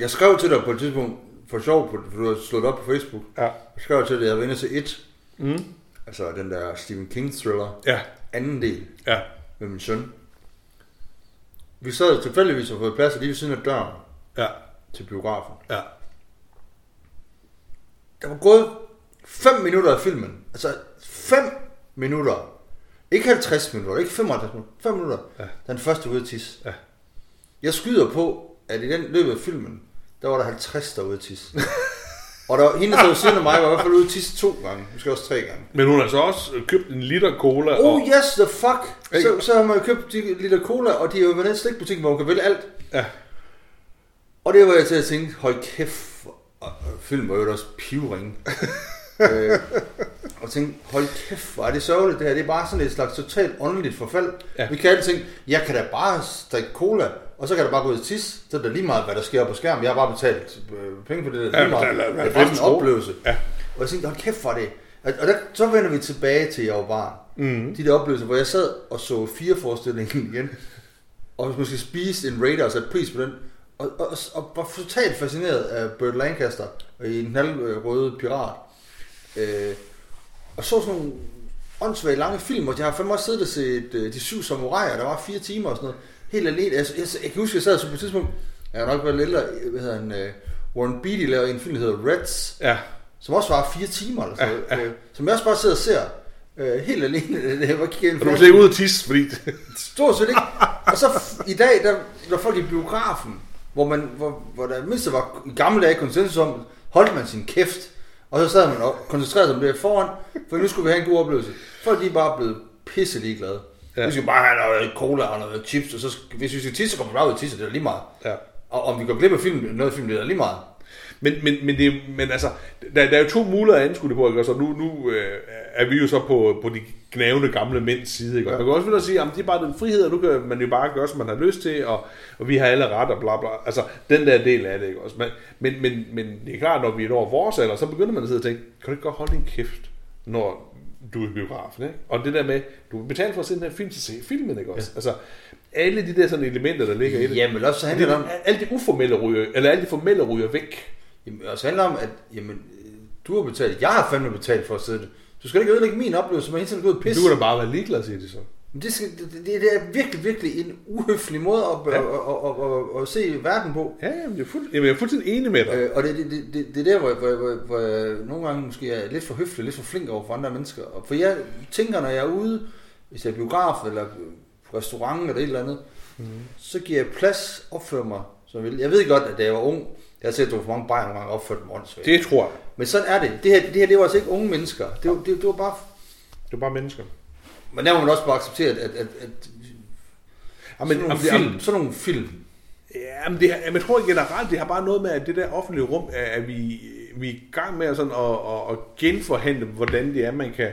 Speaker 2: jeg skrev til dig på et tidspunkt, for sjov, for for du har slået op på Facebook.
Speaker 1: Ja.
Speaker 2: Jeg skrev til dig, at jeg var inde til It.
Speaker 1: Mm.
Speaker 2: Altså den der Stephen King thriller.
Speaker 1: Ja,
Speaker 2: Anden del
Speaker 1: ja.
Speaker 2: med min søn. Vi sad tilfældigvis og fået plads lige ved siden af døren
Speaker 1: Ja,
Speaker 2: til biografen.
Speaker 1: ja.
Speaker 2: Der var gået 5 minutter af filmen. Altså 5 minutter. Ikke 50 minutter, ikke 55 minutter. 5 minutter.
Speaker 1: Ja.
Speaker 2: Den første ude at tisse.
Speaker 1: Ja.
Speaker 2: Jeg skyder på, at i den løbet af filmen, der var der 50 der var ude at tisse. og der var, hende, der stod ved siden af mig, var i hvert fald ude at tisse to gange. Måske også tre gange.
Speaker 1: Men hun har så også købt en liter cola.
Speaker 2: Oh
Speaker 1: og,
Speaker 2: yes, the fuck! Så,
Speaker 1: Ikke?
Speaker 2: så har man jo købt de liter cola, og de er jo ved den slikbutik, hvor man kan vælge alt.
Speaker 1: ja.
Speaker 2: Og det var jeg til at tænke, hold kæft, hvor- og og filmen var jo også pivring. øh, og tænkte, hold kæft, hvor er det sørgeligt det her. Det er bare sådan et slags totalt åndeligt forfald. Ja.
Speaker 1: Ja.
Speaker 2: Vi kan altid tænke, jeg kan da bare drikke cola, og så kan der bare gå ud og tisse. Så er det lige meget, hvad der sker på skærmen. Jeg har bare betalt øh, penge for det der. Det er
Speaker 1: Ja,
Speaker 2: lige meget.
Speaker 1: men der er- der er
Speaker 2: det er bare
Speaker 1: 90
Speaker 2: sådan en
Speaker 1: kroner.
Speaker 2: oplevelse.
Speaker 1: Ja.
Speaker 2: Og jeg tænkte, hold kæft, hvor er det. Og og der, så vender vi tilbage til, at jeg var barn. Mm.
Speaker 1: Mm-hmm.
Speaker 2: De der oplevelser, hvor jeg sad og så fire forestillingen igen og måske spiste en Raider og satte pris på den. Og, og, og, og var totalt fascineret af Burt Lancaster og i en halvrøde pirat. Øh, og så sådan nogle åndssvage lange film, og jeg har fandme også siddet og set øh, De Syv Samuraier, der var fire timer og sådan noget. Helt alene. Altså, jeg, jeg kan huske, jeg sad så på et tidspunkt, jeg har nok været lidt ældre, hvad hedder han, øh, Warren Beatty lavede en film, der hedder Reds,
Speaker 1: Ja.
Speaker 2: som også var fire timer eller sådan noget,
Speaker 1: Ja, ja.
Speaker 2: øh, som jeg også bare sidder og ser øh, helt alene, da jeg var kigget ind
Speaker 1: Og du må slet ikke ud og tisse, fordi...
Speaker 2: Stort set ikke. Og så f- i dag, der, når folk i biografen, hvor, man, hvor, hvor der mindst var i gamle dage konsensus om, holdt man sin kæft, og så sad man og koncentrerede sig om det her foran, for nu skulle vi have en god oplevelse. Folk de er bare blevet pisse ligeglade. Ja.
Speaker 1: Ja.
Speaker 2: Vi skal bare have noget cola og noget chips, og så skal, hvis vi skal tisse, så kommer vi bare ud og tisse, det er lige meget.
Speaker 1: ja.
Speaker 2: Og om vi går glip af film, noget film, det er lige meget.
Speaker 1: Men, men, men, det, men altså, der, der er jo to muligheder at anskue det på, ikke? Og så nu, nu øh, er vi jo så på, på de gnavende gamle mænds side, ikke? Og
Speaker 2: Ja.
Speaker 1: Man kan også vildt sige, at det er bare den frihed, og nu kan man jo bare gøre, som man har lyst til, og, og vi har alle ret, og bla bla. Altså, den der del af det, ikke også? Men, men, men, men det er klart, når vi er over vores alder, så begynder man at sidde og tænke, kan du ikke godt holde din kæft, når du er i biografen, ikke? Og det der med, du betaler for at se den her film, så se filmen, ikke også? Ja. Altså, alle de der sådan elementer, der ligger i det.
Speaker 2: Jamen, også så handler
Speaker 1: det,
Speaker 2: det om,
Speaker 1: alt det uformelle ryger, eller alt det formelle ryger væk.
Speaker 2: Jamen, også handler om, at jamen, øh, du har betalt. Jeg har fandme betalt for at sidde det. Du skal da ikke ødelægge min oplevelse, man hele tiden går ud og pisse.
Speaker 1: Du kan da bare være ligeglad, siger de så.
Speaker 2: Men Det, skal, det, det, det er virkelig, virkelig en uhøflig måde at, ja.
Speaker 1: Ja.
Speaker 2: at, at, at, at, at se verden på.
Speaker 1: Ja, jamen, jeg, er fuld, jamen, jeg er fuldstændig enig med dig.
Speaker 2: Øh, og det, det, det, det, det er der, hvor, hvor, hvor, hvor jeg nogle gange måske er lidt for høflig, lidt for flink over for andre mennesker. Og for jeg tænker, når jeg er ude, hvis jeg er biograf eller på restaurant eller et eller andet,
Speaker 1: Mhm.
Speaker 2: mm. så giver jeg plads, opfører mig som jeg vil. Jeg ved godt, at da jeg var ung, jeg har set, at du var for mange bajer nogle gange opført mig åndssvagt.
Speaker 1: Det tror jeg.
Speaker 2: Men sådan er det. Det her, det her det var altså ikke unge mennesker. Det var, det, det var bare...
Speaker 1: Det er bare mennesker.
Speaker 2: Men der må man også bare acceptere, at, at, at, at
Speaker 1: Jamen,
Speaker 2: sådan, nogle
Speaker 1: jamen, det,
Speaker 2: film, sådan nogle film,
Speaker 1: jamen, det, har- jamen, jeg tror generelt, det har bare noget med, at det der offentlige rum, er, at vi, vi er i gang med at sådan at, at, at genforhandle, hvordan det er, man kan,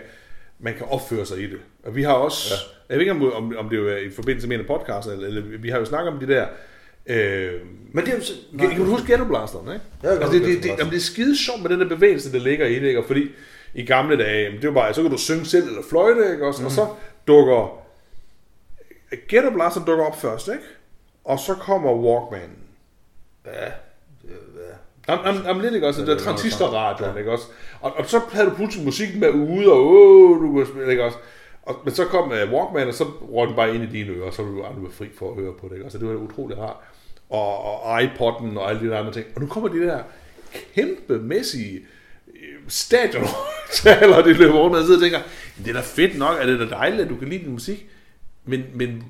Speaker 1: man kan opføre sig i det. Og vi har også, ja. jeg ved ikke, om, om, om det jo er i forbindelse med en af podcasterne, eller, eller vi har jo snakket om de der... Øh,
Speaker 2: Men det er jo så...
Speaker 1: Kan, kan du huske ghettoblasteren, ikke?
Speaker 2: Ja, jeg kan
Speaker 1: altså, det,
Speaker 2: huske
Speaker 1: det, det,
Speaker 2: Ghettoblasteren.
Speaker 1: jamen, det er skide sjovt med den der bevægelse, der ligger i det, ikke? Og fordi i gamle dage, jamen, det var bare, så kunne du synge selv eller fløjte, ikke? Også, mm. Og så dukker ghettoblasteren dukker op først, ikke? Og så kommer Walkman.
Speaker 2: Ja. det- ja.
Speaker 1: Am, am, am lidt, ikke også?
Speaker 2: Ja,
Speaker 1: Ja,
Speaker 2: det
Speaker 1: der
Speaker 2: er noget
Speaker 1: transistorradioen, ikke også? Og, og så havde du pludselig musikken med ude, og åh, du kunne spille, ikke også? Og, men så kom uh, Walkman, og så røg den bare ind i dine ører, og så var du aldrig fri for at høre på det, ikke også? Så det var utroligt rart. Og, og iPod'en og alle de der andre ting. Og nu kommer de der kæmpemæssige øh, stadionhøjtaler, det løber rundt, og jeg sidder og tænker, det er da fedt nok, er det da dejligt, at du kan lide din musik, men, men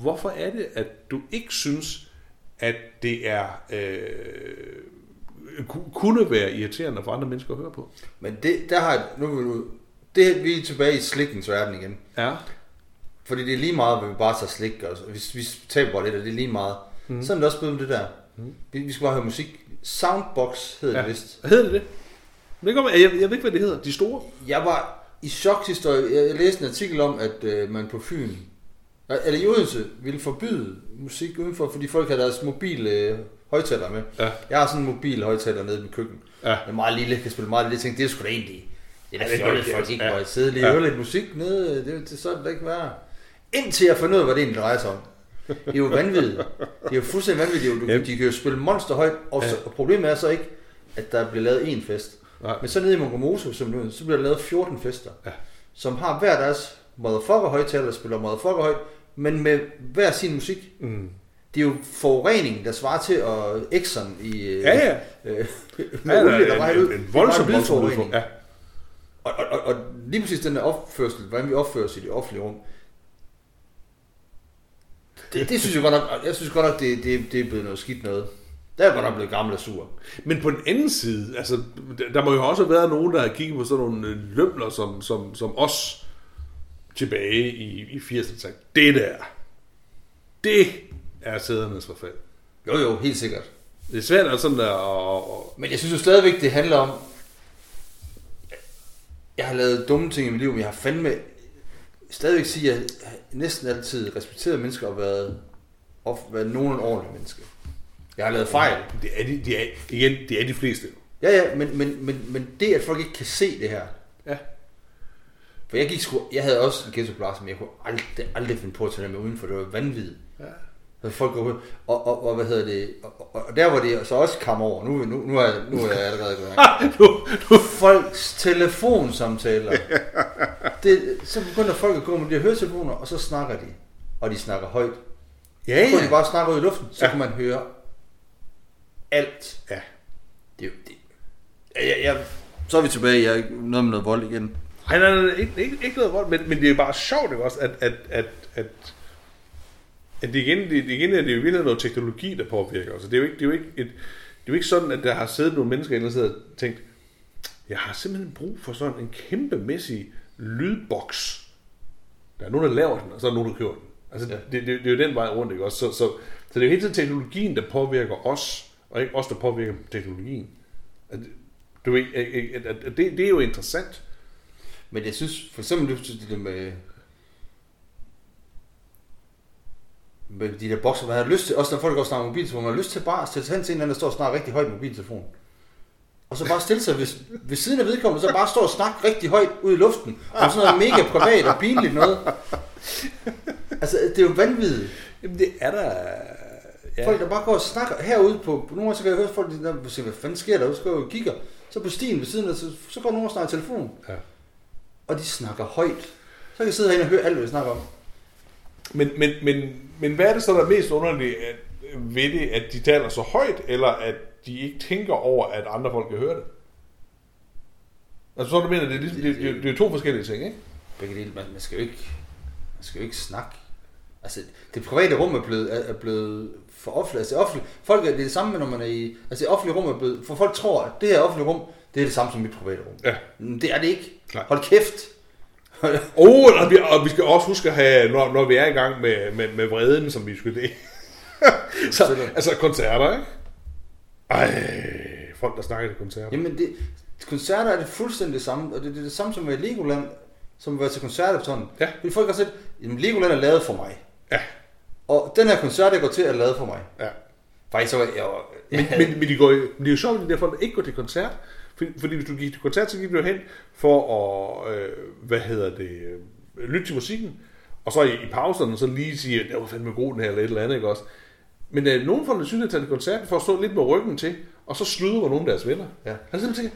Speaker 1: hvorfor er det, at du ikke synes, at det er øh, ku- kunne være irriterende for andre mennesker at høre på.
Speaker 2: Men det, der har jeg... Nu vil du det, vi er tilbage i slikkens verden igen.
Speaker 1: Ja.
Speaker 2: Fordi det er lige meget, hvad vi bare tager slik, og vi, vi taber bare lidt, og det er lige meget.
Speaker 1: Mhm.
Speaker 2: Mm. Sådan er det også blevet med det der. Mm. Vi, vi skal bare høre musik. Soundbox hedder ja.
Speaker 1: ja.
Speaker 2: det vist.
Speaker 1: Hedder det det? det kommer, jeg, jeg, jeg ved ikke, hvad det hedder. De store?
Speaker 2: Jeg var i chok sidste år. Jeg jeg læste en artikel om, at øh, man på Fyn, eller i Odense, ville forbyde musik udenfor, fordi folk havde deres mobile øh, højtaler med.
Speaker 3: Ja.
Speaker 2: Jeg har sådan en mobil højtaler nede i mit køkken.
Speaker 3: Ja.
Speaker 2: Den er meget lille, kan spille meget lille. Jeg tænkte, det er sgu da egentlig... Det
Speaker 3: Ja,
Speaker 2: er da
Speaker 3: det er
Speaker 2: fjollet,
Speaker 3: rigtigt,
Speaker 2: folk ikke
Speaker 3: ja.
Speaker 2: må sidde lige
Speaker 3: Ja.
Speaker 2: og høre lidt musik nede. øh, Det, er jo- det sådan det ikke være. Indtil jeg fandt ud af, hvad det egentlig drejer sig om. Det er jo vanvittigt. Det er jo fuldstændig vanvittigt. Det er jo-
Speaker 3: Yep.
Speaker 2: De kan jo spille monsterhøjt, og, så, og problemet er så ikke, at der bliver lavet én fest.
Speaker 3: Nej.
Speaker 2: Men så nede i Mongomoso, som nu, så bliver der lavet 14 fester,
Speaker 3: Ja.
Speaker 2: som har hver deres motherfucker højtaler, der spiller motherfucker højt, men med hver sin musik.
Speaker 3: Mm.
Speaker 2: Det er jo forurening, der svarer til at Exxon i... øh,
Speaker 1: Ja, ja.
Speaker 2: Øh,
Speaker 3: Ja,
Speaker 2: med olie, der var
Speaker 3: en,
Speaker 2: ud.
Speaker 3: en, en voldsom,
Speaker 2: Det er bare
Speaker 3: voldsom
Speaker 2: bilforurening.
Speaker 3: udfordring. Ja.
Speaker 2: Og, og, og, og lige præcis den der opførsel, hvordan vi opfører os i det offentlige rum, det, det synes jeg godt nok, jeg synes godt nok, det, det, det er blevet noget skidt noget. Der er jeg godt nok blevet gammel og sur.
Speaker 1: Men på den anden side, altså, der- der må jo også have været nogen, der har kigget på sådan nogle øh, lømler som, som, som os tilbage i, i 80'erne og sagt, det der, det er sædernes forfald.
Speaker 2: Jo jo, helt sikkert.
Speaker 1: Det er svært at sådan der, og, og,
Speaker 2: Men jeg synes jo stadigvæk, det handler om... Jeg har lavet dumme ting i mit liv, men jeg har fandme stadigvæk sige, at jeg næsten altid respekteret mennesker og været, og været nogen ordentlig menneske. Jeg har lavet fejl.
Speaker 1: det er de, de er, igen, det er de fleste.
Speaker 2: Ja, ja, men, men, men, men det, at folk ikke kan se det her.
Speaker 1: Ja.
Speaker 2: For jeg gik sgu, jeg havde også en ghettoplads, men jeg kunne aldrig, aldrig finde på at tage dem udenfor. Det var vanvittigt.
Speaker 1: Ja.
Speaker 2: Så folk går ud, og, og, og, hvad hedder det, og, og, og der var det så også kom over, nu, nu, nu, er, jeg- nu er jeg allerede gået i gang.
Speaker 1: Nu, nu,
Speaker 2: folks telefonsamtaler. Det, så begynder folk at gå med de her høretelefoner, og så snakker de. Og de snakker højt.
Speaker 1: ja,
Speaker 2: Så kunne de
Speaker 1: ja.
Speaker 2: bare snakke ud i luften, så
Speaker 1: Ja.
Speaker 2: ja. kunne man høre alt.
Speaker 1: Ja.
Speaker 2: Det, er jo- det. Ja,
Speaker 1: é,
Speaker 2: ja, ja. Så er vi tilbage. Jeg er noget med noget vold igen.
Speaker 1: Nej, nej, nej, ikke, ikke, ikke noget vold, men, men det er bare sjovt, ikke også, at, at, at, at, at det igen, det, igen er det jo virkelig noget teknologi, der påvirker os. Det er jo ikke, det er jo ikke, et, det er jo ikke sådan, at der har siddet nogle mennesker inde og siddet og tænkt, jeg har simpelthen brug for sådan en kæmpemæssig lydboks. Der er nogen, der laver den, og så er der nogen, der køber den. Altså, ja.
Speaker 2: Ja.
Speaker 1: det, det, det, er jo den vej rundt, ikke også? Så, så, så det er jo hele tiden teknologien, der påvirker os, og ikke os, der påvirker teknologien. At, du ved, at, at, at, at det, det er jo interessant.
Speaker 2: Men jeg synes, for eksempel, du synes, det der med med de der bokser, man har lyst til, også når folk går og snakker mobiltelefon, man har lyst til bare at sætte sig hen til en eller anden, der står og snakker rigtig højt i mobiltelefon. Og så bare stille sig ved, ved siden af vedkommende, så bare stå og snakke rigtig højt ud i luften. Og sådan noget mega privat og pinligt noget. Altså, det er jo vanvittigt.
Speaker 1: Jamen, det er der...
Speaker 2: Ja. Folk, der bare går og snakker herude på... Nogle gange så kan jeg høre folk, der siger, hvad fanden sker der? Så går jeg og kigger. Så på stien ved siden af, så, så går nogen og snakker i telefon.
Speaker 1: Ja.
Speaker 2: Og de snakker højt. Så kan jeg sidde herinde og høre alt, hvad vi snakker om.
Speaker 1: Men, men, men, men hvad er det så, der er mest underligt at, ved det, at de taler så højt, eller at de ikke tænker over, at andre folk kan høre det? Altså, så du mener, det er, ligesom, det, det, det er to forskellige ting, ikke?
Speaker 2: Begge dele, man, man skal jo ikke... Man skal jo ikke snakke. Altså, det private rum er blevet, er, er blevet for offentligt. Altså, det offentlige, folk er det, er det samme, når man er i... Altså, det offentlige rum er blevet... For folk tror, at det her offentlige rum, det er det samme som mit private rum.
Speaker 1: Ja.
Speaker 2: Men Det er det ikke.
Speaker 1: Nej.
Speaker 2: Hold kæft.
Speaker 1: Oh, og, vi, og vi skal også huske at have, når, når vi er i gang med, med, med vreden, som vi skulle det. så, altså, koncerter, ikke? Ej, folk, der snakker til koncerter.
Speaker 2: Jamen, det, koncerter er det fuldstændig det samme, og det, det er det samme som at være i Legoland, som at være til koncerter på sådan.
Speaker 1: Ja.
Speaker 2: Fordi folk har set, jamen Legoland er lavet for mig.
Speaker 1: Ja.
Speaker 2: Og den her koncert, jeg går til, er lavet for mig.
Speaker 1: Ja.
Speaker 2: Faktisk så var jeg... jeg var,
Speaker 1: Men, men, men de går, jo- men det er jo sjovt, at de der folk der ikke går til koncert. Fordi, fordi hvis du gik til koncert, så gik du jo hen for at, øh, hvad hedder det, øh, lytte til musikken. Og så i, i pauserne, så lige sige, at det var fandme god den her, eller et eller andet, ikke også? Men øh, nogle folk, der synes, at tage til koncert, for at stå lidt med ryggen til, og så sluder nogle af deres venner.
Speaker 2: Ja.
Speaker 1: Han simpelthen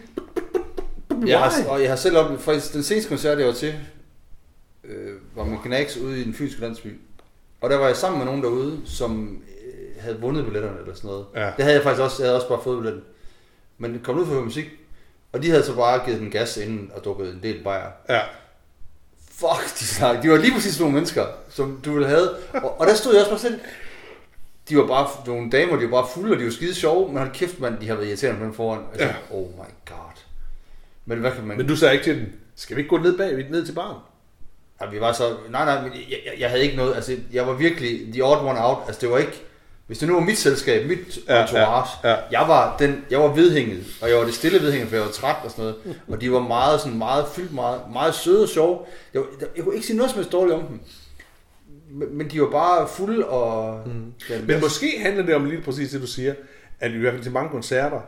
Speaker 1: tænker,
Speaker 2: jeg har, og jeg har selv oplevet, faktisk den seneste koncert, jeg var til, øh, var med Gnags ude i den fynske landsby. Og der var jeg sammen med nogen derude, som øh, havde vundet billetterne eller sådan noget.
Speaker 1: Ja.
Speaker 2: Det havde jeg faktisk også, jeg havde også bare fået billetten. Men kom ud for at høre musik, og de havde så bare givet den gas inden og drukket en del bajer.
Speaker 1: ja,
Speaker 2: Fuck, de snakker. De var lige præcis nogle mennesker, som du ville have. Og, og der stod jeg også bare selv. De var bare f- nogle damer, de var bare fulde, og de var skide sjove. Men hold kæft, mand, de har været irriterende med dem foran. Altså,
Speaker 1: Ja.
Speaker 2: ja. Oh my god. Men hvad kan man...
Speaker 1: men du sagde ikke til den. Skal vi ikke gå ned bag, ned til baren?
Speaker 2: Jamen, vi var så... Nej, nej, men jeg, jeg, jeg havde ikke noget... Altså, jeg var virkelig the odd one out. Altså, det var ikke... Hvis det nu var mit selskab, mit
Speaker 1: Ja,
Speaker 2: ja, entourage,
Speaker 1: ja,
Speaker 2: ja,
Speaker 1: ja.
Speaker 2: ja. Jeg, var den, jeg var vedhænget, og jeg var det stille vedhænget, for jeg var træt og sådan noget. Og de var meget, sådan, meget fyldt, meget, meget søde og sjove. Jeg, jeg, jeg kunne ikke sige noget som helst dårligt om dem. Men, men de var bare fulde og... Mm. Ja,
Speaker 1: Men måske handler det om lige præcis det, du siger, at i hvert fald til mange koncerter,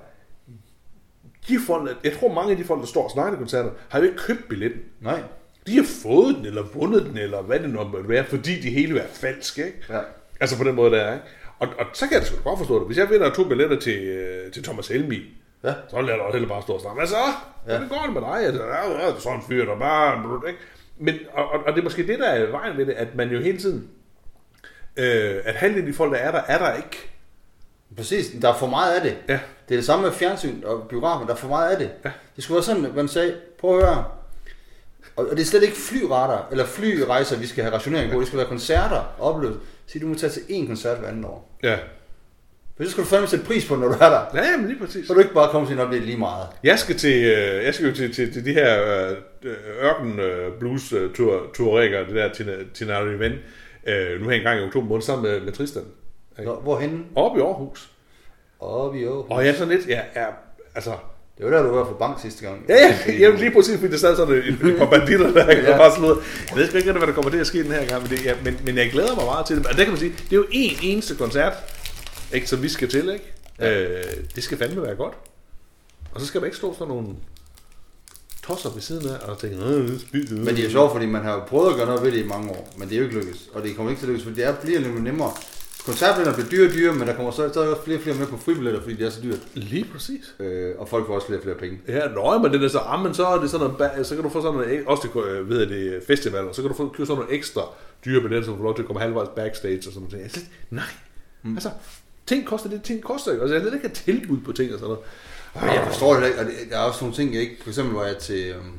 Speaker 1: de folk, jeg tror mange af de folk, der står og snakker til koncerter, har jo ikke købt billetten.
Speaker 2: Nej.
Speaker 1: De har fået den, eller vundet den, eller hvad det nu måtte være, fordi det hele er falsk, ikke?
Speaker 2: Ja.
Speaker 1: Altså på den måde, der er, ikke? Og, og så kan jeg sgu da godt forstå det. Hvis jeg vinder to billetter til, øh, til Thomas Helmi,
Speaker 2: Ja.
Speaker 1: så lader jeg da heller bare stå og snakke. Hvad så?
Speaker 2: Ja.
Speaker 1: Hvordan går det med dig? Altså, ja, ja, sådan en fyr, der bare... blut, Ikke? Men, og, og, og, det er måske det, der er vejen ved det, at man jo hele tiden... Øh, at halvdelen af de folk, der er der, er der ikke.
Speaker 2: Præcis, der er for meget af det.
Speaker 1: Ja.
Speaker 2: Det er det samme med fjernsyn og biografer, der er for meget af det.
Speaker 1: Ja.
Speaker 2: Det skulle være sådan, at man sagde, prøv at høre, og og det er slet ikke flyretter eller flyrejser, vi skal have rationering på. Det skal være koncerter, oplevet. Så du må tage til én koncert hver anden år.
Speaker 1: Ja.
Speaker 2: For så skal du fandme sætte pris på, når du er der.
Speaker 1: Ja, men lige præcis.
Speaker 2: Så er du ikke bare komme til en oplevelse lige meget.
Speaker 1: Jeg skal til, øh, jeg skal jo til, til, til de her øh, øh, ørken øh, blues øh, tur, turikker, det der Tina- Tina Ven, øh, nu her engang i oktober måned sammen med, med Tristan.
Speaker 2: Nå, hvorhenne?
Speaker 1: Oppe i Aarhus.
Speaker 2: Oppe i Aarhus.
Speaker 1: Og jeg er sådan lidt, jeg er, altså...
Speaker 2: Det var der, du var for bank sidste gang.
Speaker 1: Ja, ja, jamen lige præcis, fordi der sad sådan et, et par banditter, der ja.
Speaker 2: Ja.
Speaker 1: bare slået. Jeg ved sgu ikke, rigtig, hvad der kommer til at ske den her gang, men, det, ja, men, men jeg glæder mig meget til det. Og der kan man sige, det er jo én eneste koncert, ikke, som vi skal til, ikke? Ja. Øh, det skal fandme være godt. Og så skal man ikke stå sådan nogle tosser ved siden af og tænke, "Øh, spis
Speaker 2: Men det er jo sjovt, fordi man har jo prøvet at gøre noget ved det i mange år, men det er jo ikke lykkedes. Og det kommer ikke til at lykkes, for det er, bliver nemlig nemmere. Koncertbilletter bliver dyre og dyre, men der kommer så stadig også flere og flere med på fribilletter, fordi det er så dyrt.
Speaker 1: Lige præcis.
Speaker 2: Øh, og folk får også flere og flere penge.
Speaker 1: Ja, nøj, men det er så, ah, men så er det sådan noget, ba- så kan du få sådan noget, også til, øh, ved jeg det, festivaler, så kan du få købe sådan nogle ekstra dyre billetter, som får lov til at komme halvvejs backstage og sådan noget. Jeg er slet- nej, mm. altså, ting koster det, ting koster ikke. Altså, jeg ved ikke, at tilbud på ting og sådan noget.
Speaker 2: Men jeg forstår det heller ikke, og det, der er også nogle ting, jeg ikke... For eksempel var jeg til... Øhm,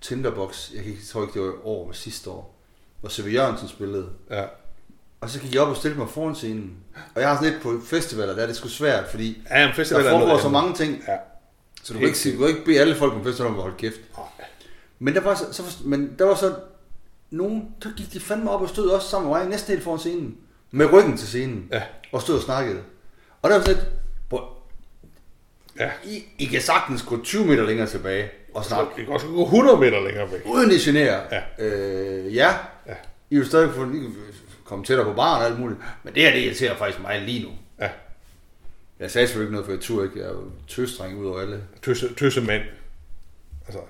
Speaker 2: Tinderbox, jeg kan ikke, tror ikke, det var i år, men sidste år, hvor Seve Jørgensen spillede.
Speaker 1: Ja.
Speaker 2: Og så gik jeg op og stillede mig foran scenen. Og jeg har sådan lidt på festivaler, der er det sgu svært, fordi
Speaker 1: Ja, men
Speaker 2: der
Speaker 1: festivaler er
Speaker 2: foregår
Speaker 1: noget
Speaker 2: så
Speaker 1: andet.
Speaker 2: mange ting,
Speaker 1: Ja.
Speaker 2: Så du kan ikke, sige- du kan ikke bede alle folk på festen om at holde kæft. Men der var så, så, forst- men der var så nogen, der gik de fandme op og stod også sammen med mig, næsten helt foran scenen. Med ryggen til scenen.
Speaker 1: Ja.
Speaker 2: Og stod og snakkede. Og der var sådan lidt, "Bro,
Speaker 1: Ja.
Speaker 2: I, I kan sagtens gå 20 meter længere tilbage og
Speaker 1: Så
Speaker 2: snakke.
Speaker 1: det kan også gå 100 meter længere væk.
Speaker 2: Uden I generer.
Speaker 1: Ja.
Speaker 2: Øh, ja.
Speaker 1: Ja.
Speaker 2: I vil stadig få, I kan komme tættere på baren og alt muligt. Men det her, det irriterer faktisk mig lige nu.
Speaker 1: Ja.
Speaker 2: Jeg sagde selvfølgelig ikke noget, for jeg turde ikke. Jeg er jo tøsdreng ud over alle.
Speaker 1: Tøsse, tøsse mand. Altså,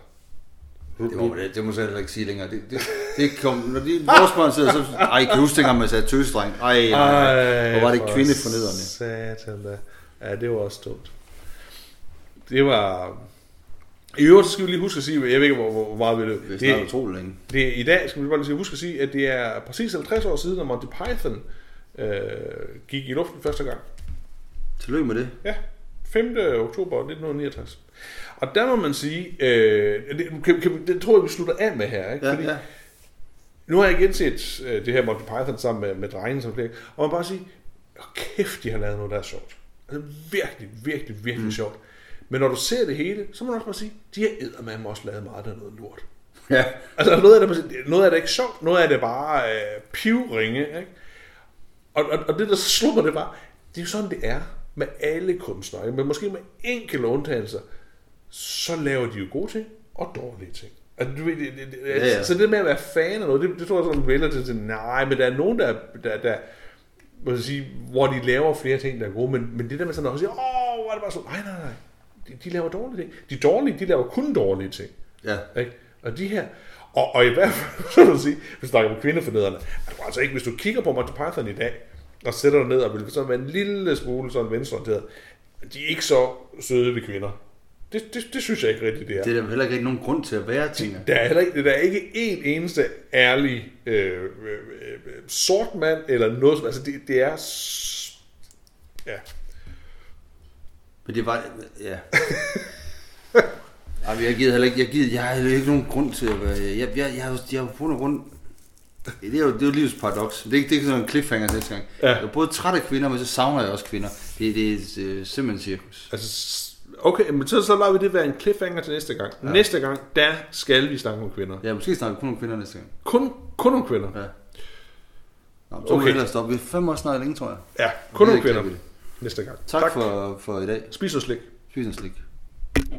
Speaker 2: Det må, man, det må jeg heller ikke sige længere. Det, det, det kom, når de vores børn sidder, så... Ej, kan du huske dengang, man sagde tøsedreng? Ej, ej, hvor var det kvindefornedrende.
Speaker 1: Satan da. Ja, det var også dumt. Det var... I øvrigt så skal vi lige huske at sige, jeg ved ikke, hvor, hvor hvor meget vi løb.
Speaker 2: Det er snart
Speaker 1: Det,
Speaker 2: utroligt længe.
Speaker 1: det, I dag skal vi bare lige sige- huske at sige, at det er præcis 50 år siden, at Monty Python øh, gik i luften første gang.
Speaker 2: Tillykke med det.
Speaker 1: Ja, 5. oktober 1969. Og der må man sige, øh, det, kan, kan, det tror jeg, vi slutter af med her. Ikke?
Speaker 2: Ja, ja.
Speaker 1: Nu har jeg igen set øh, det her Monty Python sammen med, med drengene som flere, og man bare sige, oh, kæft, de har lavet noget, der er sjovt. Altså virkelig, virkelig, virkelig mm. sjovt. Men når du ser det hele, så må du også bare sige, de har eddermame også lavet meget af noget lort.
Speaker 2: ja.
Speaker 1: Altså noget af det, noget af det er ikke sjovt, noget af det er bare øh, pivringe. Ikke? Og, og, og det, der slår mig, det var, det er jo sådan, det er med alle kunstnere, ikke? men måske med enkelte undtagelser, så laver de jo gode ting og dårlige ting. Altså, du ved, det, det, det, ja, ja.
Speaker 2: Ja, ja.
Speaker 1: Så det med at være fan af noget, det, det tror jeg sådan, man vælger til, til, nej, men der er nogen, der, der, der hvad skal jeg sige, hvor de laver flere ting, der er gode, men, men det der med sådan at sige, åh, hvor er det bare så, nej, nej, nej, de, de laver dårlige ting. De dårlige, de laver kun dårlige ting.
Speaker 2: Ja.
Speaker 1: Ikke? Og de her, og, og i hvert fald, så vil jeg sige, hvis vi snakker om kvindefornederne, at du altså ikke, hvis du kigger på Monty Python i dag, og sætter dig ned og vil sådan være en lille smule sådan venstreorienteret, de er ikke så søde ved kvinder. Det, det, det synes jeg ikke rigtigt, det er.
Speaker 2: Det er der heller ikke rigtig nogen grund til at være, tænker jeg.
Speaker 1: Der er heller ikke, der er ikke én eneste ærlig øh, øh, øh, sort mand eller noget som, altså det, det er, s- ja,
Speaker 2: Men det var... Ja. Ej, men jeg gider heller ikke... Jeg, gider, jeg har heller ikke nogen grund til at være... Jeg, jeg, jeg, har, jo- jeg har fundet grund... Det er jo, det er jo livets paradoks. Det er, ikke- det er ikke sådan en cliffhanger næste gang.
Speaker 1: Ja.
Speaker 2: Jeg er både træt af kvinder, men så savner jeg også kvinder. Det, det er øh, simpelthen cirkus.
Speaker 1: altså, s- Okay, men så, så lader vi det være en cliffhanger til næste gang. Ja. Næste gang, der skal vi snakke om kvinder.
Speaker 2: Ja, måske snakker vi kun om kvinder næste gang.
Speaker 1: Kun, kun om kvinder.
Speaker 2: Ja. Nå, men så okay. må
Speaker 1: Okay.
Speaker 2: vi hellere stoppe. Vi er fem år snart længe, tror jeg.
Speaker 1: Ja, kun
Speaker 2: Det
Speaker 1: om
Speaker 2: er ikke
Speaker 1: kvinder.
Speaker 2: det, vi-
Speaker 1: Næste gang.
Speaker 2: Tak, tak. For, for i dag.
Speaker 1: Spis noget slik.
Speaker 2: Spis en slik.